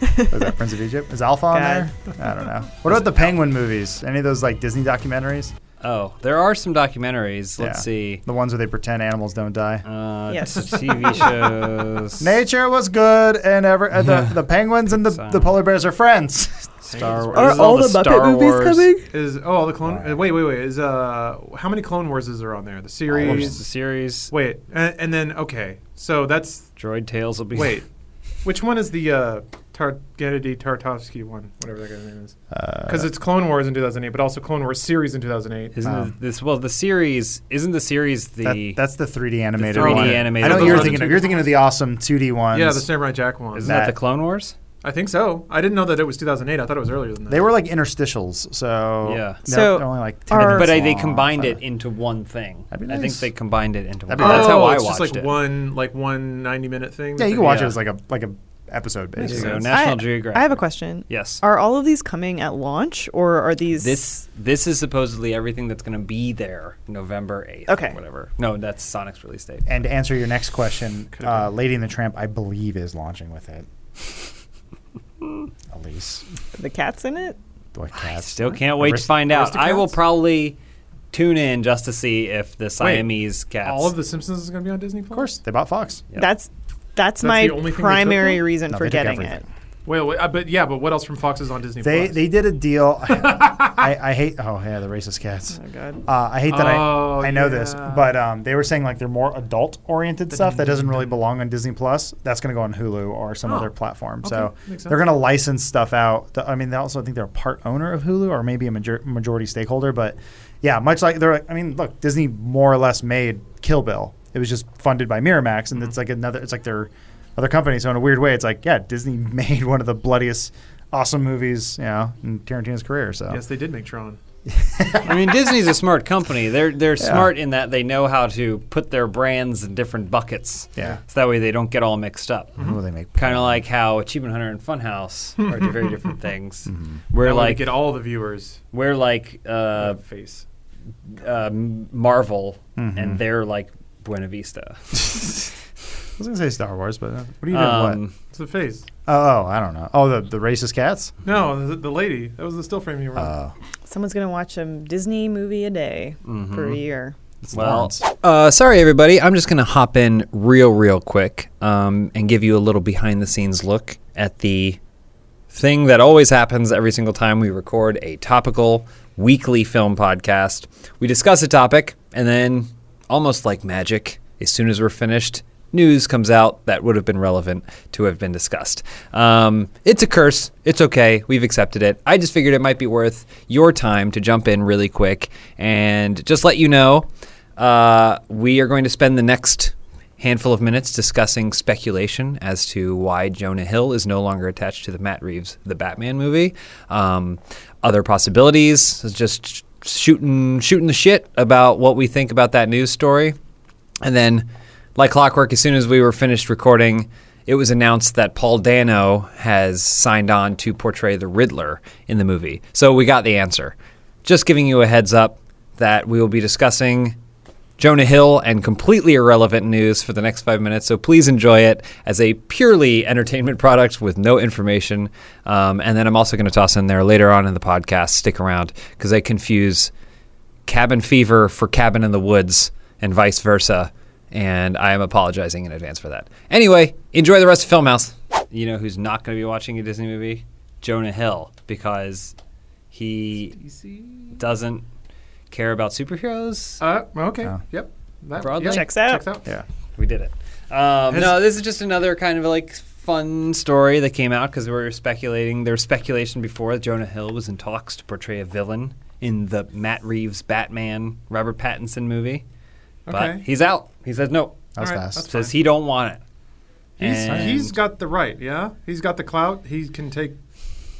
S4: Was that Prince of Egypt? Is Alpha on
S6: God.
S4: there? I don't know. What about the Penguin movies? Any of those like Disney documentaries?
S3: oh, there are some documentaries.
S4: Yeah.
S3: Let's see.
S4: The ones where they pretend animals don't die.
S3: Uh,
S6: Yes.
S3: TV shows.
S4: Nature was good, and ever uh, the, the penguins and the,
S3: So-
S4: the polar bears are friends.
S3: Star Wars.
S6: Are
S3: This is
S6: all the Muppet
S3: Star
S6: movies
S3: Wars.
S6: coming?
S5: Is oh all the clone? uh, Wait, wait, wait. Is uh how many Clone Wars is there on there? The
S3: Which is the
S5: series.
S3: series.
S5: Wait, and, and then okay, so that's
S3: Droid Tales will be.
S5: wait, which one is the uh, Tar- Gennady Tartovsky one, whatever that guy's name is?
S4: Uh,
S3: Uh,
S5: Because it's Clone Wars in 2008, but also Clone Wars series in 2008.
S3: Isn't
S4: Um,
S3: it this well the series? Isn't the series the
S4: That, that's the 3D animated
S3: 3D
S4: one.
S3: animated
S4: I know what
S5: one.
S4: you're
S5: Those are the
S4: thinking of.
S5: two-
S4: You're thinking of the awesome 2D ones.
S5: yeah, the Samurai Jack one.
S3: isn't
S4: that-
S3: that, the Clone Wars?
S5: I think so. I didn't know that it was 2008. I thought it was earlier than that.
S4: They were like interstitials, so
S3: Yeah.
S4: they're-
S6: So,
S4: they're only like 10
S6: are-
S4: minutes
S3: But I, they
S4: long,
S3: combined
S4: so-
S3: it into one thing.
S4: Oh, That'd be
S3: I think
S4: nice.
S3: they combined it into one.
S4: That'd be
S5: Oh,
S3: That's how I
S5: it's
S3: watched
S5: just like
S3: it.
S5: one like one 90 minute thing.
S4: Yeah,
S5: that
S4: you
S5: they-
S4: can watch
S3: Yeah.
S4: it as like a like a episode basically.
S3: So
S5: sense.
S3: National
S6: I-
S3: Geographic.
S6: I have a question.
S3: Yes.
S6: Are all of these coming at launch, or are these
S3: This this is supposedly everything that's going to be there November eighth.
S6: Okay.
S3: Or whatever. No, that's Sonic's release date.
S4: And to answer your next question, uh, Lady and the Tramp, I believe, is launching with it. Elise,
S6: the cats in it?
S4: do I
S3: I
S4: cast?
S3: still can't wait
S4: Arist-
S3: to find out. I will
S5: Aristocats?
S3: probably tune in just to see if the Siamese cats.
S5: All of the Simpsons is going to be on Disney. Plus?
S4: Of course, they bought Fox.
S3: Yep.
S6: That's that's,
S5: That's
S6: my
S5: the only thing they took,
S6: primary
S5: though?
S6: reason
S4: No, they
S6: for
S4: took
S6: getting it.
S4: everything.
S5: Wait, wait, uh, but yeah, but what else from Fox is on Disney?
S4: They
S5: Plus?
S4: they did a deal. I, I hate. Oh yeah, the racist cats.
S6: Oh god.
S4: Uh, I hate that
S5: Oh,
S4: I I know this,
S5: yeah.
S4: but um, they were saying like they're more adult oriented stuff that doesn't really belong on Disney Plus. That's going to go on Hulu or some other platform. So
S5: makes
S4: they're going to license stuff out. Th- I mean, they also think they're a part owner of Hulu or maybe a major- majority stakeholder. But yeah, much like they're. like I mean, look, Disney more or less made Kill Bill. It was just funded by Miramax,
S3: Mm-hmm.
S4: and it's like another. It's like their other company. So in a weird way, it's like yeah, Disney made one of the bloodiest, awesome movies you know in Tarantino's career. So
S5: Yes, they did make Tron.
S3: I mean, Disney's a smart company. They're they're smart in that they know how to put their brands in different buckets.
S4: Yeah.
S3: So that way they don't get all mixed up.
S4: Who will they make?
S3: Kind of like how Achievement Hunter and Funhouse are two very different things.
S4: Mm-hmm.
S3: We're
S5: I wanna
S3: like
S5: get all the viewers
S3: we're like uh,
S5: face.
S3: uh, Marvel,
S4: Mm-hmm.
S3: and they're like Buena Vista.
S4: I was gonna say Star Wars, but uh, what do you do? what?
S3: Um,
S5: It's the face.
S4: Oh, oh, I don't know. Oh, the, the racist cats.
S5: No, the, the lady. That was the still frame you were. on.
S4: Oh.
S6: Someone's gonna watch a Disney movie a day
S4: Mm-hmm.
S6: for a year.
S4: It's
S3: well,
S4: Lawrence.
S3: uh, sorry everybody. I'm just gonna hop in real, real quick um, and give you a little behind the scenes look at the thing that always happens every single time we record a topical weekly film podcast. We discuss a topic, and then almost like magic, as soon as we're finished, news comes out that would have been relevant to have been discussed. Um, it's a curse. It's okay. We've accepted it. I just figured it might be worth your time to jump in really quick and just let you know uh, we are going to spend the next handful of minutes discussing speculation as to why Jonah Hill is no longer attached to the Matt Reeves the Batman movie. Um, other possibilities, just shooting shooting the shit about what we think about that news story. And then, like clockwork, as soon as we were finished recording, it was announced that Paul Dano has signed on to portray the Riddler in the movie. So we got the answer. Just giving you a heads up that we will be discussing Jonah Hill and completely irrelevant news for the next five minutes. So please enjoy it as a purely entertainment product with no information. Um, and then I'm also going to toss in there later on in the podcast. Stick around because I confuse cabin fever for cabin in the woods and vice versa. And I am apologizing in advance for that. Anyway, enjoy the rest of Filmhouse. You know who's not going to be watching a Disney movie? Jonah Hill, because he doesn't care about superheroes.
S5: Uh, okay.
S4: Oh.
S5: Yep. That,
S3: Broadly?
S5: yep.
S6: Checks out.
S5: Checks out.
S4: Yeah.
S3: We did it. Um,
S5: Has-
S3: no, this is just another kind of like fun story that came out because we were speculating. There was speculation before that Jonah Hill was in talks to portray a villain in the Matt Reeves Batman Robert Pattinson movie, but
S5: Okay.
S3: he's out. He says no.
S4: That was
S5: All right,
S4: fast.
S5: that's-
S3: Says he don't want it.
S5: He's,
S3: And-
S5: he's got the right, yeah? He's got the clout. He can take.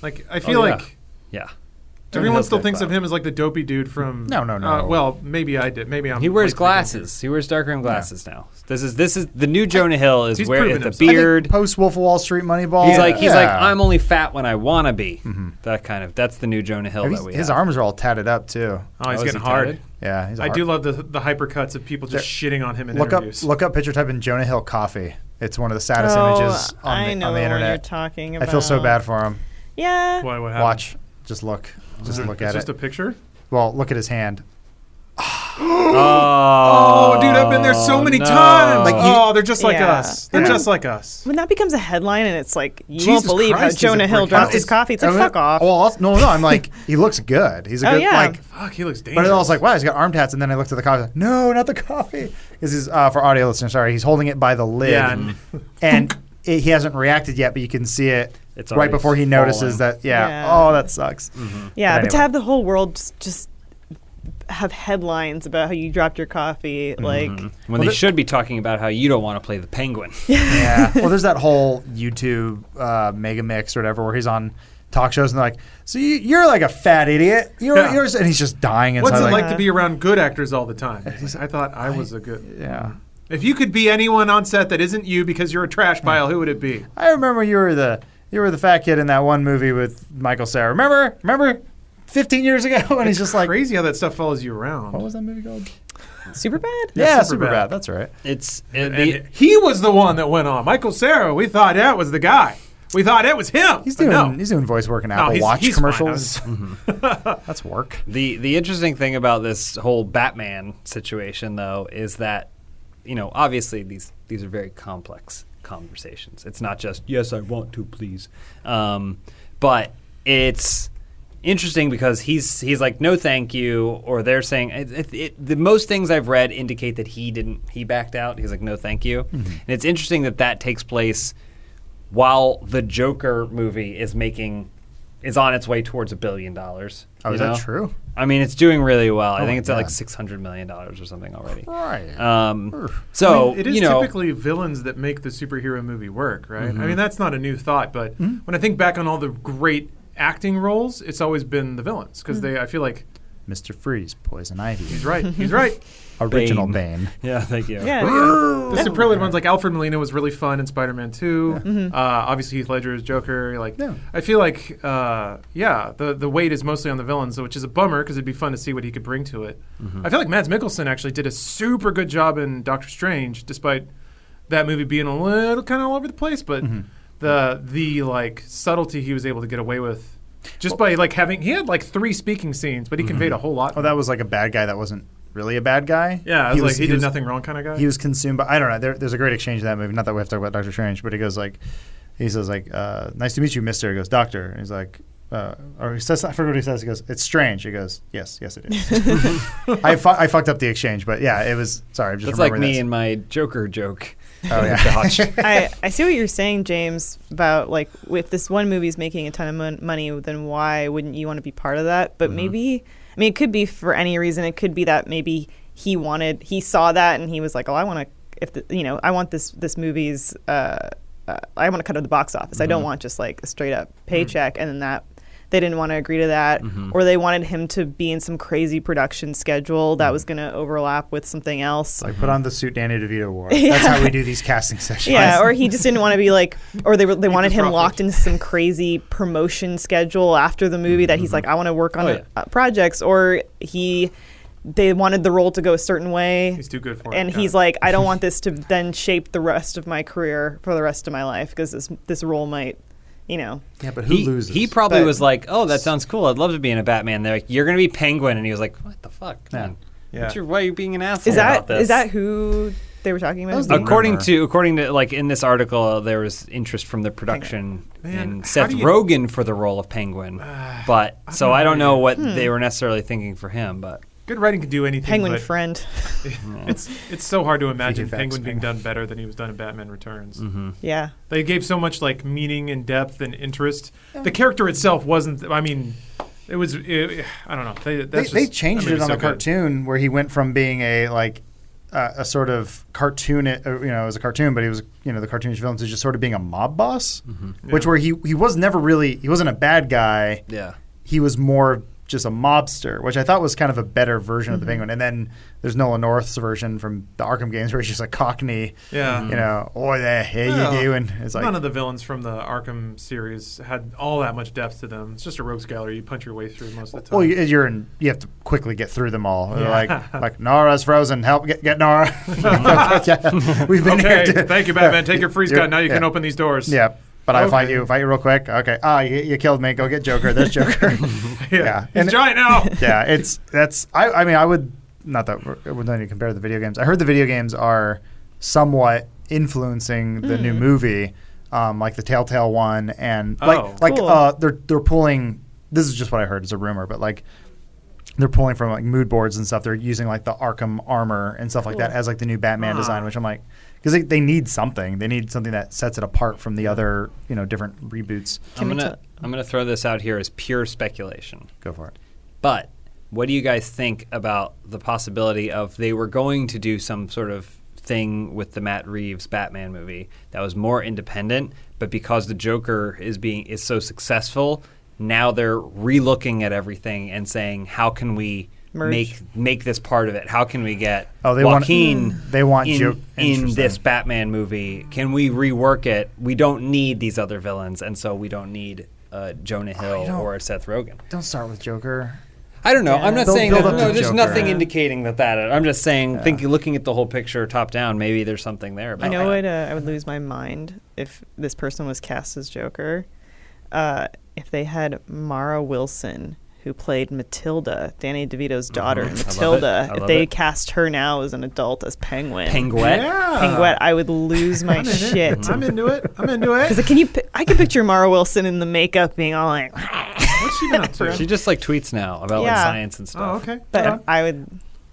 S5: Like, I feel
S3: Oh, yeah.
S5: like
S3: yeah.
S5: everyone
S3: Hill's
S5: still
S3: got
S5: thinks of
S3: clout.
S5: him as like the dopey dude from.
S4: No, no, no.
S5: Uh, well, maybe I did. Maybe I'm.
S3: He wears
S5: like,
S3: glasses. He wears dark rim glasses now. This is this is the new Jonah Hill is
S5: He's
S3: where
S5: proven
S3: it's a
S5: himself. I think
S3: beard.
S4: Post Wolf of Wall Street Moneyball.
S3: He's like he's like
S4: Yeah.
S3: I'm only fat when I want to be.
S5: Mm-hmm.
S3: That kind of that's the new Jonah Hill
S4: Have
S3: that
S4: you-
S3: we
S4: his
S3: have.
S4: arms are all tatted up too.
S5: Oh, he's
S3: Oh, is
S5: getting
S3: he
S5: hard.
S3: tatted?
S4: Yeah, he's a
S5: I
S4: hard-
S5: do love the the hypercuts of people just shitting on him in
S4: look
S5: interviews.
S4: up look up picture type in Jonah Hill coffee. It's one of the saddest images on
S6: Oh, I
S4: the,
S6: know
S4: on the
S6: what
S4: internet.
S6: you're talking
S4: I
S6: about.
S4: feel so bad for him.
S6: Yeah.
S5: Why, what happened?
S4: Watch, just look, just
S5: Um, Is it-
S4: look
S5: it's
S4: at
S5: just
S4: it.
S5: a picture.
S4: well, look at his hand.
S3: Oh,
S5: Oh, dude, I've been there so many
S3: no.
S5: times.
S4: Like, he-
S5: oh, they're just like
S6: Yeah.
S5: us. They're
S4: Yeah.
S5: just like us.
S6: When that becomes a headline and it's like you
S5: Jesus
S6: won't believe
S5: Christ, he's
S6: how Jonah
S5: a
S6: Hill
S5: brick
S6: drank
S5: house.
S6: his coffee. It's
S4: I
S6: like
S4: mean,
S6: fuck off.
S4: Well, also, no, no, I'm like, he looks good. He's a
S6: Oh,
S4: good
S6: yeah.
S4: like.
S5: Fuck, he looks dangerous.
S4: But I was like, wow, he's got arm tats. And then I looked at the coffee. Like, no, not the coffee. This is uh, for audio listeners. Sorry, he's holding it by the lid, Mm.
S5: Yeah, and-
S4: and it, he hasn't reacted yet, but you can see it
S3: It's
S4: right
S3: already
S4: before he notices
S3: fallen.
S4: that. Yeah.
S6: Yeah.
S4: Oh, that sucks.
S5: Mm-hmm.
S6: yeah,
S4: but
S6: but to
S4: anyway.
S6: have the whole world just, just have headlines about how you dropped your coffee,
S4: Mm-hmm.
S6: like
S3: When they should be talking about how you don't want to play the penguin.
S4: Yeah. well, there's that whole YouTube uh, mega mix or whatever where he's on talk shows and they're like, "So you, you're like a fat idiot. You're,
S5: Yeah.
S4: you're," and he's just dying inside.
S5: What's it like
S4: like?
S5: to be around good actors all the time? He's like, I thought I was a good.
S4: yeah.
S5: If you could be anyone on set that isn't you because you're a trash pile, who would it be?
S4: I remember you were the you were the fat kid in that one movie with Michael Sarah. Remember? Remember? 15 years ago, and he's just like,
S5: Crazy how that stuff follows you around.
S4: "What was that movie called?"
S6: super bad.
S4: Yeah,
S5: Yeah,
S4: super
S5: Superbad.
S4: bad. That's right.
S3: It's it,
S5: And
S3: the,
S5: he was the one that went on. Michael Sarah, we thought that was the guy. We thought it was him.
S4: He's
S5: But
S4: doing
S5: no.
S4: he's doing voice work in
S5: No,
S4: Apple
S5: he's-
S4: Watch
S5: he's fine. I
S4: commercials.
S5: was- Mm-hmm.
S4: That's work.
S3: the the interesting thing about this whole Batman situation though is that you know obviously these these are very complex conversations. It's not just yes I want to please, um, but it's interesting because he's he's like no thank you or they're saying it, it, it, the most things I've read indicate that he didn't he backed out. He's like no thank you,
S4: Mm-hmm.
S3: and it's interesting that that takes place while the Joker movie is making is on its way towards a billion dollars.
S4: Oh,
S3: you
S4: is that
S3: know?
S4: true?
S3: I mean, it's doing really well. I
S6: Oh
S4: my
S3: think it's at like
S4: God.
S3: six hundred million dollars or something already.
S4: Right.
S3: Um,
S4: Urgh.
S3: so
S5: it is
S3: you know, Mm-hmm.
S5: typically villains that make the superhero movie work, right? I mean, that's not a new thought, but
S4: Mm-hmm.
S5: when I think back on all the great acting roles, it's always been the villains
S4: Mm.
S5: because they. I feel like
S4: Mr. Freeze, Poison Ivy,
S5: he's right. He's right.
S4: original
S3: Bane.
S4: Bane.
S3: yeah, thank you.
S6: Yeah.
S4: Oh.
S5: the superlative ones like Alfred Molina was really fun in Spider Man Two. Uh, obviously Heath Ledger is Joker. Like
S4: Yeah.
S5: I feel like uh, yeah, the the weight is mostly on the villains, which is a bummer because it'd be fun to see what he could bring to it.
S4: Mm-hmm.
S5: I feel like Mads Mikkelsen actually did a super good job in Doctor Strange, despite that movie being a little kind of all over the place. But
S4: Mm-hmm.
S5: the the like subtlety he was able to get away with. Just by like having, he had like three speaking scenes, but he conveyed a whole lot.
S4: Oh, that was like a bad guy that wasn't really a bad guy.
S5: yeah, I was like he, did
S4: was-
S5: nothing wrong, kind of guy.
S4: He was consumed by I don't know. There, there's a great exchange in that movie. Not that we have to talk about Doctor Strange, but he goes like, he says like, uh, "Nice to meet you, Mister." He goes, "Doctor," and he's like, uh, or he says, I forget what he says. He goes, "It's strange." He goes, "Yes, yes, it is." I, fu- I fucked up the exchange, but yeah, it was. Sorry, I'm just
S3: That's like
S4: remembering
S3: me and my Joker joke.
S4: this. Oh yeah,
S6: I, I see what you're saying, James, about like if this one movie's making a ton of mon- money, then why wouldn't you want to be part of that? But maybe, I mean, it could be for any reason. It could be that maybe he wanted, he saw that, and he was like, "Oh, I want to, if the, you know, I want this this movie's, uh, uh, I want to cut out the box office. I don't want just like a straight up paycheck." And then that they didn't want to agree to that, or they wanted him to be in some crazy production schedule that was going to overlap with something else.
S4: like put on the suit Danny DeVito wore. That's how we do these casting sessions.
S6: Yeah, or he just didn't want to be like, or they were, they wanted
S5: the
S6: him
S5: profit.
S6: locked into some crazy promotion schedule after the movie that he's like, I want to work on
S3: Oh,
S6: a-
S3: yeah.
S6: uh, projects, or he they wanted the role to go a certain way.
S5: He's too good for it.
S6: and
S5: Got
S6: he's
S5: it.
S6: like, I don't want this to then shape the rest of my career for the rest of my life because this this role might, you know,
S4: Yeah, but who
S3: He,
S4: loses?
S3: he probably
S6: But-
S3: was like, "Oh, that sounds cool. I'd love to be in a Batman." They're like, "You're gonna be Penguin," and he was like, "What the fuck, man?
S5: Yeah.
S3: What's your- why are you being an asshole
S6: is
S3: about
S6: that
S3: this?"
S6: is that who they were talking about?
S4: was the-
S3: according
S4: rumor.
S3: to according to like in this article, there was interest from the production
S5: Man,
S3: and
S5: how
S3: Seth
S5: do you-
S3: Rogen for the role of Penguin, but so I don't know what
S6: Hmm.
S3: they were necessarily thinking for him, but
S5: Good writing can do anything.
S6: Penguin
S5: but
S6: friend.
S5: it's it's so hard to imagine
S4: VFX
S5: Penguin being done better than he was done in Batman Returns.
S4: Mm-hmm.
S6: yeah.
S5: They gave so much like meaning and depth and interest. The character itself wasn't. I mean, it was. It, I don't know. They,
S4: they,
S5: that's
S4: they
S5: just-
S4: changed
S5: that
S4: it on
S5: movie's
S4: the
S5: so good.
S4: cartoon where he went from being a like uh, a sort of cartoon, uh, you know, it was a cartoon, but he was you know the cartoonish villain to just sort of being a mob boss, which
S5: Mm-hmm. Yeah.
S4: where he he was never really he wasn't a bad guy.
S3: yeah,
S4: he was more just a mobster, which I thought was kind of a better version
S5: Mm-hmm.
S4: of the Penguin. And then there's Nolan North's version from the Arkham games where he's just a Cockney,
S5: Yeah.
S4: you know, oh there, how
S5: Well,
S4: you doing? It's like
S5: None of the villains from the Arkham series had all that much depth to them. It's just a rogues gallery. You punch your way through most of the time.
S4: Well, you- you're in. You have to quickly get through them all. They're
S5: Yeah.
S4: Like, like Nara's frozen. Help, get, get Nara. Yeah. We've been
S5: okay,
S4: here. to-
S5: thank you, Batman. Take your freeze
S4: You're-
S5: gun. Now you can
S4: yeah.
S5: open these doors.
S4: Yeah, but I fight
S5: Okay.
S4: you. Fight you real quick. Okay. Ah, you, you killed me. Go get Joker. There's Joker.
S5: yeah.
S4: yeah.
S5: He's
S4: And-
S5: giant now.
S4: yeah, it's that's. I, I mean, I would not that we're, we're not even compare the video games. I heard the video games are somewhat influencing the new movie, um, like the Telltale one, and
S5: Oh.
S4: like like
S6: Cool.
S4: uh, they're they're pulling. This is just what I heard. It's a rumor, but like they're pulling from like mood boards and stuff. They're using like the Arkham armor and stuff like that as like the new Batman design, which I'm like. Because they, they need something. They need something that sets it apart from the other, you know, different reboots.
S3: I'm
S6: we
S3: gonna
S6: t-
S3: I'm gonna throw this out here as pure speculation.
S4: Go for it.
S3: But what do you guys think about the possibility of they were going to do some sort of thing with the Matt Reeves Batman movie that was more independent, but because the Joker is being is so successful, now they're relooking at everything and saying, how can we
S6: Merge.
S3: make make this part of it? How can we get
S4: Oh, they want-
S3: Joaquin
S4: they want
S3: in,
S4: Jo-
S3: in this
S4: interesting.
S3: Batman movie? Can we rework it? We don't need these other villains, and so we don't need uh, Jonah Hill
S4: Oh, don't-
S3: or Seth Rogen.
S4: Don't start with Joker.
S3: I don't know. I'm not
S4: Build-
S3: saying that.
S4: build up
S3: No,
S4: the
S3: there's
S4: Joker.
S3: nothing
S4: Yeah.
S3: indicating that that. I'm just saying, thinking, looking at the whole picture top down, maybe there's something there. About
S6: I know
S3: that.
S6: I'd, uh, I would lose my mind if this person was cast as Joker. Uh, if they had Mara Wilson, who played Matilda, Danny DeVito's daughter, in
S3: Mm-hmm. I love it.
S6: Matilda,
S3: I
S6: if
S3: love
S6: they
S3: it.
S6: cast her now as an adult as Penguin,
S3: Penguet.
S6: Penguet, I would lose my shit.
S5: I'm into it. I'm into it.
S6: Because can you? pi- I can picture Mara Wilson in the makeup being all like,
S5: What's she been up to?
S3: She just like tweets now about like
S6: Yeah.
S3: science and
S5: oh,
S3: stuff.
S5: okay.
S6: but I would.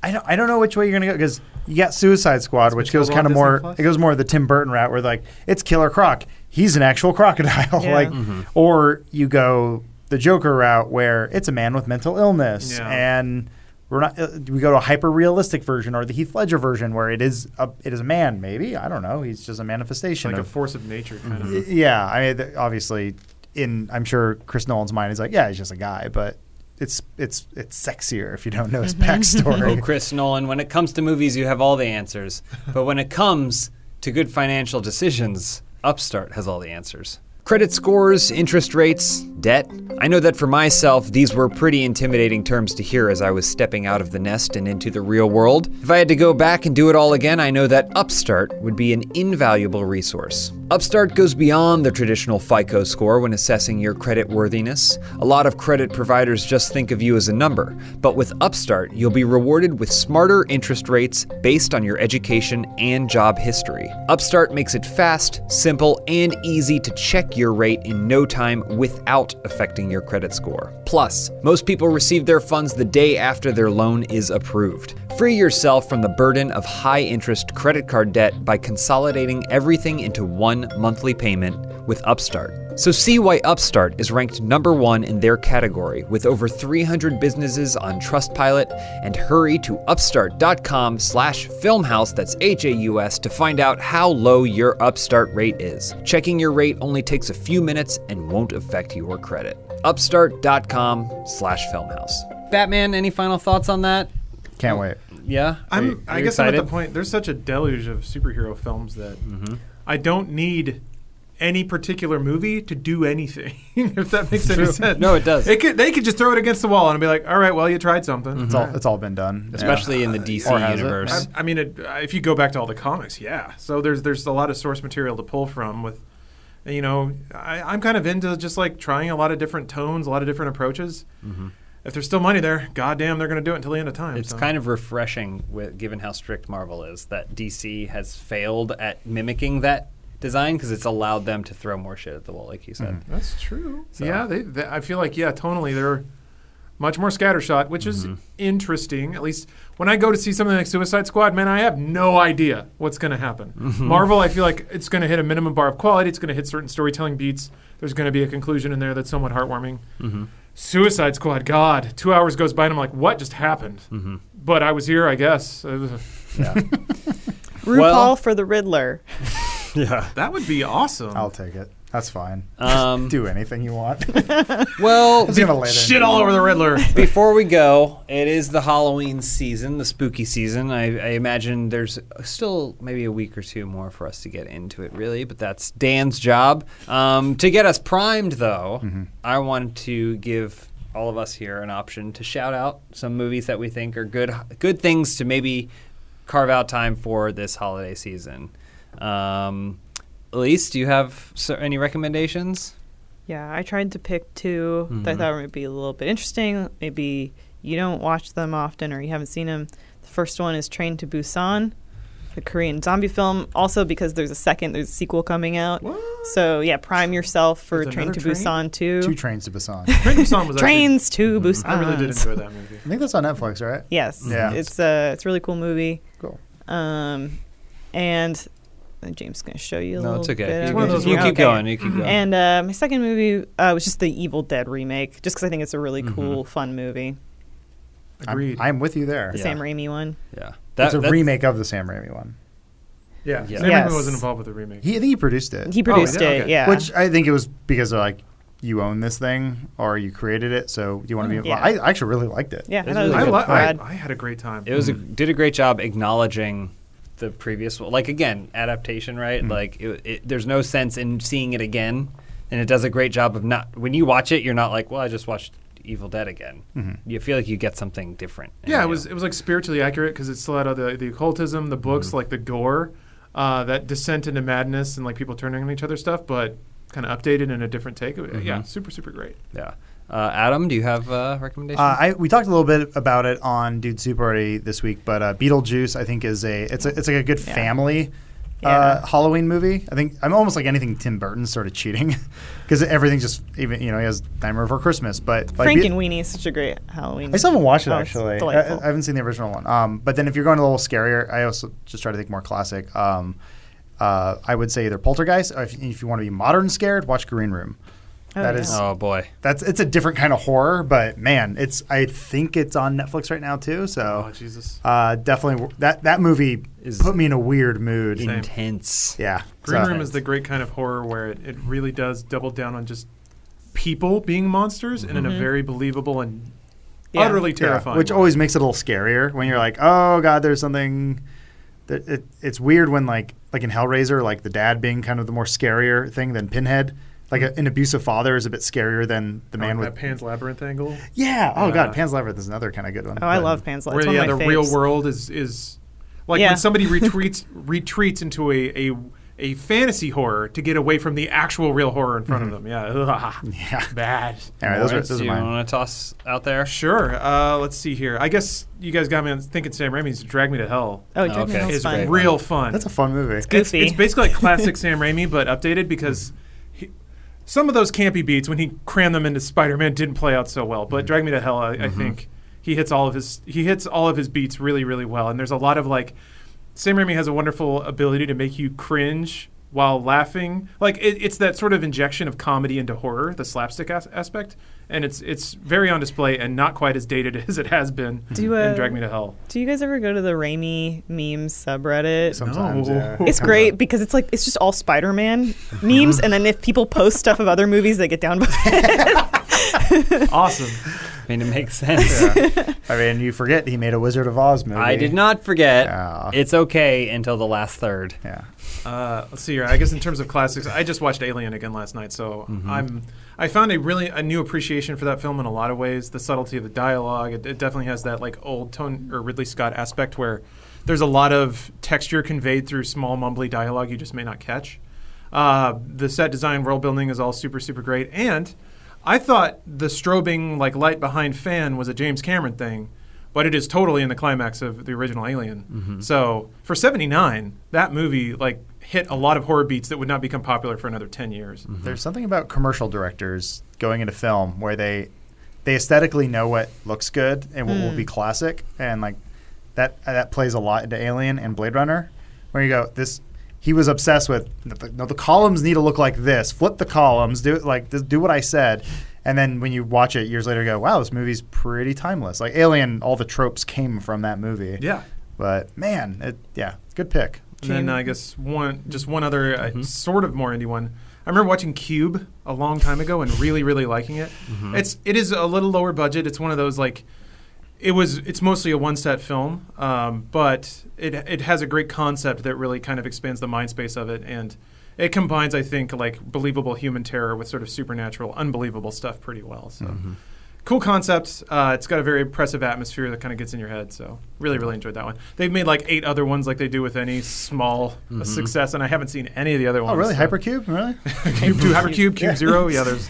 S4: I don't, I don't know which way you're gonna go because you got Suicide Squad, which goes
S5: Matilda
S4: kind
S5: on
S4: of
S5: Disney
S4: more
S5: Plus?
S4: it goes more the Tim Burton route, where like it's Killer Croc, he's an actual crocodile,
S6: Yeah.
S4: like,
S5: Mm-hmm.
S4: or you go the Joker route where it's a man with mental illness,
S5: Yeah.
S4: and we're not uh, we go to a hyper realistic version or the Heath Ledger version where it is a it is a man maybe I don't know he's just a manifestation
S5: like a
S4: of
S5: force of nature kind
S4: Y-
S5: of.
S4: yeah I mean th- obviously in I'm sure Chris Nolan's mind is like yeah he's just a guy but. It's it's it's sexier if you don't know his
S5: Mm-hmm.
S4: backstory.
S3: Oh, Chris Nolan. When it comes to movies, you have all the answers, but when it comes to good financial decisions, Upstart has all the answers. Credit scores, interest rates, debt. I know that for myself, these were pretty intimidating terms to hear as I was stepping out of the nest and into the real world. If I had to go back and do it all again, I know that Upstart would be an invaluable resource. Upstart goes beyond the traditional FICO score when assessing your credit worthiness. A lot of credit providers just think of you as a number, but with Upstart, you'll be rewarded with smarter interest rates based on your education and job history. Upstart makes it fast, simple, and easy to check your rate in no time without affecting your credit score. Plus, most people receive their funds the day after their loan is approved. Free yourself from the burden of high interest credit card debt by consolidating everything into one monthly payment with Upstart. So see why Upstart is ranked number one in their category with over 300 businesses on Trustpilot and hurry to upstart.com slash filmhouse, that's H-A-U-S, to find out how low your Upstart rate is. Checking your rate only takes a few minutes and won't affect your credit. Upstart.com slash filmhouse. Batman, any final thoughts on that?
S5: oh.
S4: Can't wait.
S3: Yeah?
S5: I'm. I guess I'm at the point. There's such a deluge of superhero films that I don't need any particular movie to do anything, if that makes any sense.
S3: No, it does.
S5: It could, they could just throw it against the wall and be like, all right, well, you tried something.
S4: It's all it's all been done.
S3: especially in the DC
S4: Or has it?
S3: universe.
S5: I, I mean, it, if you go back to all the comics, yeah. So there's there's a lot of source material to pull from. With, you know, I, I'm kind of into just like trying a lot of different tones, a lot of different approaches. If there's still money there, goddamn, they're going to do it until the end of time.
S3: It's
S5: so.
S3: kind of refreshing, with, given how strict Marvel is, that DC has failed at mimicking that design because it's allowed them to throw more shit at the wall, like you said.
S5: That's true. Yeah, they, they, I feel like yeah, tonally they're much more scattershot, which is interesting. At least when I go to see something like Suicide Squad, man, I have no idea what's going to happen. Marvel, I feel like it's going to hit a minimum bar of quality. It's going to hit certain storytelling beats. There's going to be a conclusion in there that's somewhat heartwarming. Suicide Squad, God, two hours goes by and I'm like, what just happened? But I was here, I guess. Uh,
S6: RuPaul
S3: Well-
S6: for the Riddler.
S4: Yeah,
S5: that would be awesome.
S4: I'll take it. That's fine.
S3: Um,
S4: do anything you want.
S3: well,
S4: Let's give it later.
S5: Shit all over the Riddler.
S3: before we go, it is the Halloween season, the spooky season. I, I imagine there's still maybe a week or two more for us to get into it, really, but that's Dan's job. Um, to get us primed, though, I wanted to give all of us here an option to shout out some movies that we think are good, good things to maybe carve out time for this holiday season. Um, Elise, do you have so- any recommendations?
S6: Yeah, I tried to pick 2 that I thought would be a little bit interesting. Maybe you don't watch them often or you haven't seen them. The first one is Train to Busan, the Korean zombie film. Also, because there's a second, there's a sequel coming out. So yeah, prime yourself for
S5: There's
S6: Train to
S5: another train?
S6: Busan
S4: Two
S6: 2.
S4: trains to Busan.
S5: Train song was actually- Mm-hmm.
S6: Trains to Busan.
S5: I really did enjoy that movie.
S4: I think that's on Netflix, right?
S6: Yes,
S4: Yeah.
S6: it's a it's a really cool movie.
S4: Cool.
S6: Um, and uh, James is gonna show you. A
S3: No,
S6: little
S3: it's okay.
S6: Bit
S3: You,
S6: of
S5: one of
S6: it.
S5: those
S3: you
S5: where-
S3: keep
S6: Okay.
S3: going. You keep going.
S6: And uh, my second movie uh, was just the Evil Dead remake, just because I think it's a really
S4: Mm-hmm.
S6: cool, fun movie.
S4: I'm,
S5: Agreed.
S4: I'm with you there.
S6: The
S3: Yeah.
S6: Sam Raimi one.
S3: yeah,
S4: That's a
S3: that-
S4: remake of the Sam Raimi one.
S5: yeah.
S3: Yeah.
S5: Sam Raimi
S6: Yes.
S5: wasn't involved with the remake.
S4: He, I think he produced it.
S6: He produced
S5: yeah,
S6: it,
S5: okay.
S6: yeah.
S4: Which I think it was because of like you own this thing or you created it, so you want to be.
S6: Yeah.
S4: I actually really liked it.
S6: yeah, I
S3: It's
S6: thought it was
S5: I,
S3: really
S6: really
S5: li- I,
S6: rad.
S5: I had a great time. Mm-hmm.
S3: It was a, did a great job acknowledging the previous one. Like again, adaptation, right?
S5: Mm.
S3: Like it, it, there's no sense in seeing it again, and it does a great job of not. When you watch it, you're not like, well, I just watched Evil Dead again. You feel like you get something different.
S5: Mm-hmm. yeah, it was it was like spiritually accurate because it still had all the the occultism, the
S3: Mm-hmm.
S5: books, like the gore, uh, that descent into madness, and like people turning on each other stuff, but kind of updated in a different take. Yeah,
S3: Mm-hmm.
S5: super super great.
S3: yeah. Uh, Adam, do you have uh, recommendations?
S4: Uh, I, we talked a little bit about it on Dude Soup already this week, but uh, Beetlejuice I think is a it's a, it's like a good family uh,
S6: Yeah.
S4: Halloween movie. I think I'm almost like anything Tim Burton's sort of cheating because everything's just even you know he has Nightmare Before Christmas, but like,
S6: Frank
S4: Be-
S6: and Weenie is such a great Halloween.
S4: I still haven't watched it
S6: Oh, it's
S4: actually. I,
S6: delightful.
S4: I haven't seen the original one. Um, but then if you're going a little scarier, I also just try to think more classic. Um, uh, I would say either Poltergeist, or if, if you want to be modern scared, watch Green Room.
S6: Oh,
S4: That
S6: yeah.
S4: is
S3: oh boy,
S4: that's it's a different kind of horror, but man, it's I think it's on Netflix right now too.
S5: Oh
S4: So
S5: Jesus,
S4: uh, definitely w- that that movie
S3: Is-
S4: put me in a weird mood.
S3: intense.
S4: Yeah,
S5: Green
S4: so-
S5: Room is the great kind of horror where it, it really does double down on just people being monsters and in a very believable and
S6: Yeah.
S5: utterly
S4: Yeah,
S5: terrifying.
S4: which
S5: way.
S4: always makes it a little scarier when you're like, oh god, there's something. That it, it's weird when like like in Hellraiser, like the dad being kind of the more scarier thing than Pinhead. Like
S5: Hmm.
S4: a, an abusive father is a bit scarier than the man
S5: Like
S4: with
S5: that Pan's Labyrinth angle,
S4: yeah. Oh
S5: Oh, Yeah.
S4: god, Pan's Labyrinth is another kind of good one.
S6: Oh, I
S4: But-
S6: love Pan's Labyrinth.
S5: where
S6: It's one
S5: yeah,
S6: of
S5: the
S6: my
S5: real
S6: faves.
S5: world is is like
S6: Yeah.
S5: when somebody retreats retreats into a, a a fantasy horror to get away from the actual real horror in front of
S6: Mm-hmm.
S5: them. Yeah, Ugh.
S4: Yeah.
S5: bad.
S4: Anyway, those are,
S3: Lawrence,
S4: those are
S3: you
S4: mine.
S3: want to toss out there?
S5: Sure. Uh, let's see here. I guess you guys got me on thinking Sam Raimi's Drag Me to Hell
S6: Oh, Drag
S3: Okay.
S6: Me to Hell's
S5: is
S6: fun.
S5: real fun.
S4: That's a fun movie.
S5: it's,
S6: goofy.
S5: it's basically like classic Sam Raimi, but updated because he, some of those campy beats when he crammed them into Spider-Man didn't play out so well. But Drag Me to Hell, I, I
S6: Mm-hmm.
S5: think he hits all of his he hits all of his beats really really well. And there's a lot of like Sam Raimi has a wonderful ability to make you cringe while laughing. Like it, it's that sort of injection of comedy into horror, the slapstick as- aspect, and it's it's very on display and not quite as dated as it has been
S6: Do you,
S5: in
S6: uh,
S5: Drag Me to Hell.
S6: Do you guys ever go to the Raimi memes subreddit?
S4: Sometimes,
S5: No.
S4: yeah. Comes
S6: It's great
S4: up.
S6: because it's like it's just all Spider-Man memes, and then if people post stuff of other movies, they get down. by it.
S5: awesome.
S3: mean, it makes sense.
S4: I mean, you forget he made a Wizard of Oz movie.
S3: I did not forget.
S4: Yeah.
S3: It's okay until the last third.
S4: Yeah.
S5: Uh, let's see here. I guess in terms of classics, I just watched Alien again last night, so I'm I found a really a new appreciation for that film in a lot of ways. The subtlety of the dialogue, it, it definitely has that like old tone or Ridley Scott aspect where there's a lot of texture conveyed through small mumbly dialogue you just may not catch. Uh, the set design, world building is all super super great, and I thought the strobing like light behind fan was a James Cameron thing but it is totally in the climax of the original Alien. So for '79, that movie like hit a lot of horror beats that would not become popular for another 10 years.
S4: There's something about commercial directors going into film where they they aesthetically know what looks good and what will
S3: Hmm.
S4: be classic, and like that that plays a lot into Alien and Blade Runner, where you go this. He was obsessed with the, no, the columns need to look like this. Flip the columns, do it like th- do what I said, and then when you watch it years later, you go, wow, this movie's pretty timeless. Like Alien, all the tropes came from that movie.
S5: Yeah.
S4: But man, it, yeah, good pick.
S5: And then I guess one, just one other uh, sort of more indie one. I remember watching Cube a long time ago and really, really liking it. It's it is a little lower budget. It's one of those like, it was. It's mostly a one set film, um, but it it has a great concept that really kind of expands the mind space of it, and it combines, I think, like believable human terror with sort of supernatural, unbelievable stuff pretty well. So. Cool concept. Uh, it's got a very impressive atmosphere that kind of gets in your head. So really, really enjoyed that one. They've made like eight other ones, like they do with any small
S3: Mm-hmm.
S5: uh success, and I haven't seen any of the other ones.
S4: Oh, really?
S5: so-
S4: Hypercube? Really?
S5: Cube two, Hypercube, Cube zero. Yeah, there's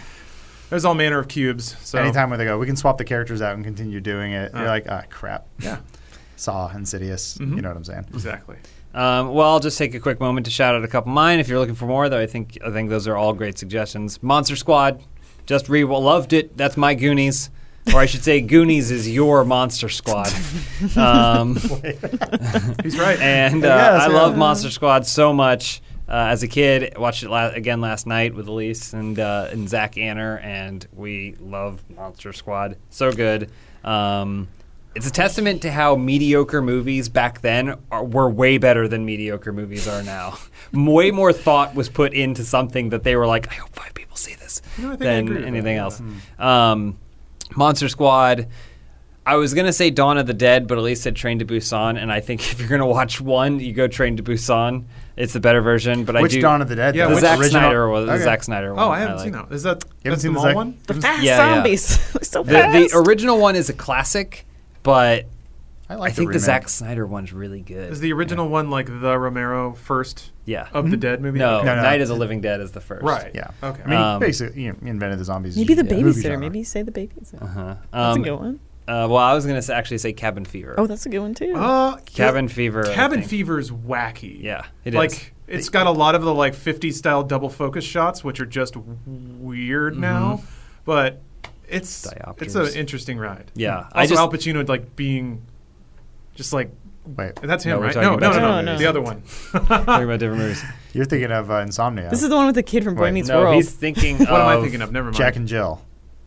S5: there's all manner of cubes. So Uh.
S4: Anytime where they go, we can swap the characters out and continue doing it. You're like, ah, crap.
S5: Yeah. Mm-hmm.
S4: Saw, Insidious. You know what I'm saying?
S5: exactly.
S3: Um, well, I'll just take a quick moment to shout out a couple of mine. If you're looking for more, though, I think I think those are all great suggestions. Monster Squad, just re loved it. That's my Goonies, or I should say, Goonies is your Monster Squad. um,
S5: He's right.
S3: and uh,
S4: Yes,
S3: I
S4: yeah.
S3: love Monster Squad so much. Uh, as a kid, watched it la- again last night with Elise and uh, and Zach Anner, and we love Monster Squad. So good. Um, it's a testament to how mediocre movies back then are, were way better than mediocre movies are now. way more thought was put into something that they were like, I hope five people see this,
S5: know, I think I
S3: than
S5: agree with that, Hmm.
S3: anything else. Um, Monster Squad. I was gonna say Dawn of the Dead, but Elise said Train to Busan, and I think if you're gonna watch one, you go Train to Busan. It's the better version. But I
S4: Which
S3: do
S4: Dawn of the Dead?
S5: Yeah,
S4: though?
S3: the
S5: which
S3: Zack
S4: original-
S3: Snyder was
S4: Okay.
S3: the Zack Snyder one.
S5: oh, I haven't
S3: like.
S5: seen that. Is that
S4: haven't
S5: that's
S4: seen
S5: the
S4: the
S5: mall
S4: Zac-
S5: one?
S6: The fast
S3: yeah.
S6: zombies. so fast.
S3: The, the original one is a classic, but
S4: I
S3: I
S4: like
S3: think the
S4: remake.
S3: Zack Snyder one's really good.
S5: Is the original one like the Romero first
S3: yeah.
S5: of the Dead movie?
S3: no,
S5: Okay.
S4: Hmm? No, no.
S3: Night is a Living Dead is the first.
S5: Right.
S4: Yeah.
S5: Okay.
S4: I mean,
S3: Um,
S4: basically, you know, he invented the zombies. as
S6: Maybe the
S4: a movie
S6: babysitter.
S4: genre.
S6: Maybe say the babysitter.
S3: Uh-huh. Um,
S6: That's a good one.
S3: uh, well, I was gonna say, actually say Cabin Fever.
S6: Oh, that's a good one too.
S5: Uh,
S3: Cabin Fever. I
S5: Cabin
S3: think.
S5: Fever's wacky.
S3: Yeah, it
S5: like,
S3: is.
S5: it's got a lot of the like 50s style double focus shots, which are just weird now, but it's it's
S3: Mm-hmm. Diopters.
S5: an interesting ride.
S3: Yeah,
S5: Also,
S3: I just-
S5: Al Pacino like being just like
S4: Wait,
S5: that's him,
S3: No, we're
S5: right?
S3: talking
S5: No, no,
S3: about
S5: no, no,
S6: different
S5: no,
S6: movies.
S5: the other one.
S3: Talking about different movies.
S4: you're thinking of uh, Insomnia.
S6: this is the one with the kid from Boy
S4: Wait,
S6: Meets
S3: No,
S6: World.
S3: he's thinking.
S5: What am I thinking of? Never mind.
S4: Jack and Jill.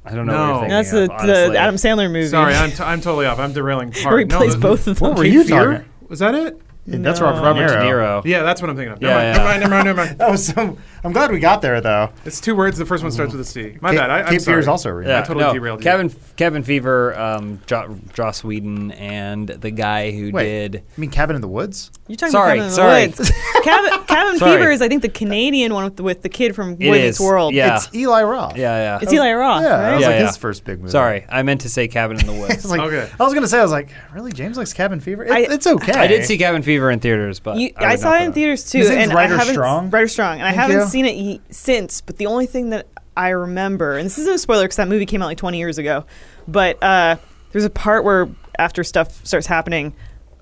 S3: I don't know. What
S5: No.
S3: you're
S6: that's
S3: thinking
S6: the,
S3: of, honestly.
S6: the Adam Sandler movie.
S5: Sorry, I'm, t- I'm totally off. I'm derailing. Part.
S6: where he
S5: No,
S6: plays
S5: the-
S6: both of them.
S4: What were
S5: Cape
S4: you
S5: Fear?
S4: talking?
S5: Was that it?
S4: That's
S6: No.
S4: Robert,
S3: Robert De Niro.
S5: Yeah, that's what I'm thinking of. Never,
S3: Yeah,
S5: mind,
S3: yeah.
S5: never mind. Never mind. Never mind.
S4: That was some. I'm glad we got there though.
S5: It's two words. The first one
S3: Mm-hmm.
S5: starts with a C. My bad. I, I'm
S4: Cape Fear is
S5: sorry.
S4: also a remake.
S5: Yeah. I totally derailed you.
S3: Kevin, Kevin Fever, um, jo- Joss Whedon, and the guy who
S4: Wait.
S3: did.
S4: I mean, Cabin in the Woods.
S6: You're talking
S3: Sorry,
S6: about
S3: sorry.
S6: Cabin in the Woods. Cabin, Cabin
S3: Sorry.
S6: Fever is, I think, the Canadian one with the, with the kid from
S3: It
S6: Boy Meets
S3: is,
S6: World.
S3: yeah.
S6: It's,
S4: Eli Roth.
S3: Yeah, yeah.
S6: it's Eli Roth,
S4: Yeah, that
S6: right?
S4: was
S3: Yeah,
S4: like
S3: yeah.
S4: his first big movie.
S3: Sorry, I meant to say Cabin in the Woods.
S4: It's like,
S5: Okay.
S4: I was gonna say, I was like, really, James likes Cabin Fever. It,
S6: I-
S4: it's okay.
S3: I did see Cabin Fever in theaters, but
S6: You,
S3: would
S6: I,
S3: not
S6: saw it
S3: put
S6: in
S3: on.
S6: theaters too,
S4: His name's
S6: and
S4: Ryder
S6: I haven't
S4: Strong.
S6: Ryder Strong, and I
S4: Thank
S6: haven't
S4: you.
S6: seen it ye- since. But the only thing that I remember, and this isn't a spoiler because that movie came out like 20 years ago, but uh, there's a part where after stuff starts happening,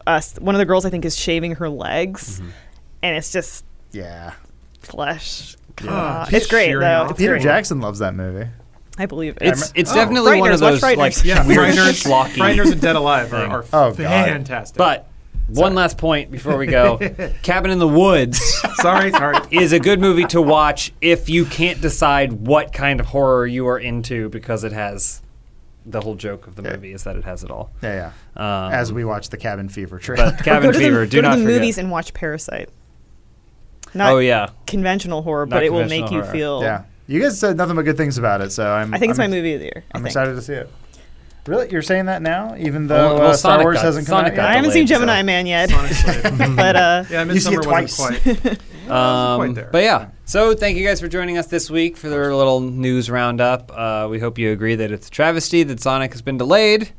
S6: uh, s- one of the girls I think is shaving her legs,
S3: Mm-hmm.
S6: and it's just
S4: Yeah.
S6: flesh.
S5: Ah,
S6: It's great
S5: shearing
S6: though.
S5: off.
S6: It's
S4: Peter
S6: great.
S4: Jackson loves that movie.
S6: I believe it.
S3: It's it's
S5: Oh.
S3: definitely one of
S6: Frighteners, watch
S3: those like
S6: Frighteners.
S5: Yeah,
S3: weird
S5: Frighteners,
S3: schlocky.
S5: Frighteners and Dead Alive are, are
S4: Oh, God.
S5: fantastic.
S3: But one last point before we go: Cabin in the Woods
S5: sorry, sorry.
S3: is a good movie to watch if you can't decide what kind of horror you are into because it has the whole joke of the movie is that it has it all.
S4: Yeah, yeah.
S3: Um,
S4: As we watch the Cabin Fever trailer.
S3: but Cabin
S6: go to
S3: Fever,
S6: the,
S3: do
S6: go
S3: not
S6: to the
S3: forget.
S6: movies and watch Parasite. Not
S3: oh yeah,
S6: conventional horror, but it will make
S3: conventional
S6: you
S3: horror.
S6: feel.
S4: yeah, you guys said nothing but good things about it, so I'm.
S6: I think it's my
S4: I'm-
S6: movie of the year. I
S4: I'm
S6: think.
S4: excited to see it. Really, you're saying that now, even though
S3: well,
S4: uh, Star
S3: Sonic
S4: Wars
S3: got-
S4: hasn't come
S3: Sonic
S4: out
S3: got
S4: yet?
S6: I haven't
S3: delayed,
S6: seen
S3: so-
S6: Gemini Man yet,
S5: Sonic Slave.
S6: but uh,
S5: yeah,
S4: You see
S5: Midsummer
S4: it
S5: wasn't
S4: twice.
S5: quite. wasn't
S3: Um,
S5: quite there.
S3: But yeah, so thank you guys for joining us this week for their little news roundup. Uh, we hope you agree that it's a travesty that Sonic has been delayed,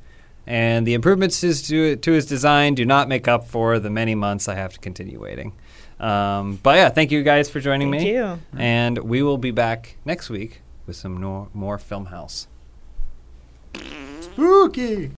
S3: and the improvements his, to, to his design do not make up for the many months I have to continue waiting. Um, but yeah, thank you guys for joining
S6: Thank
S3: me.
S6: you.
S3: And we will be back next week with some more, more Film House.
S4: Spooky.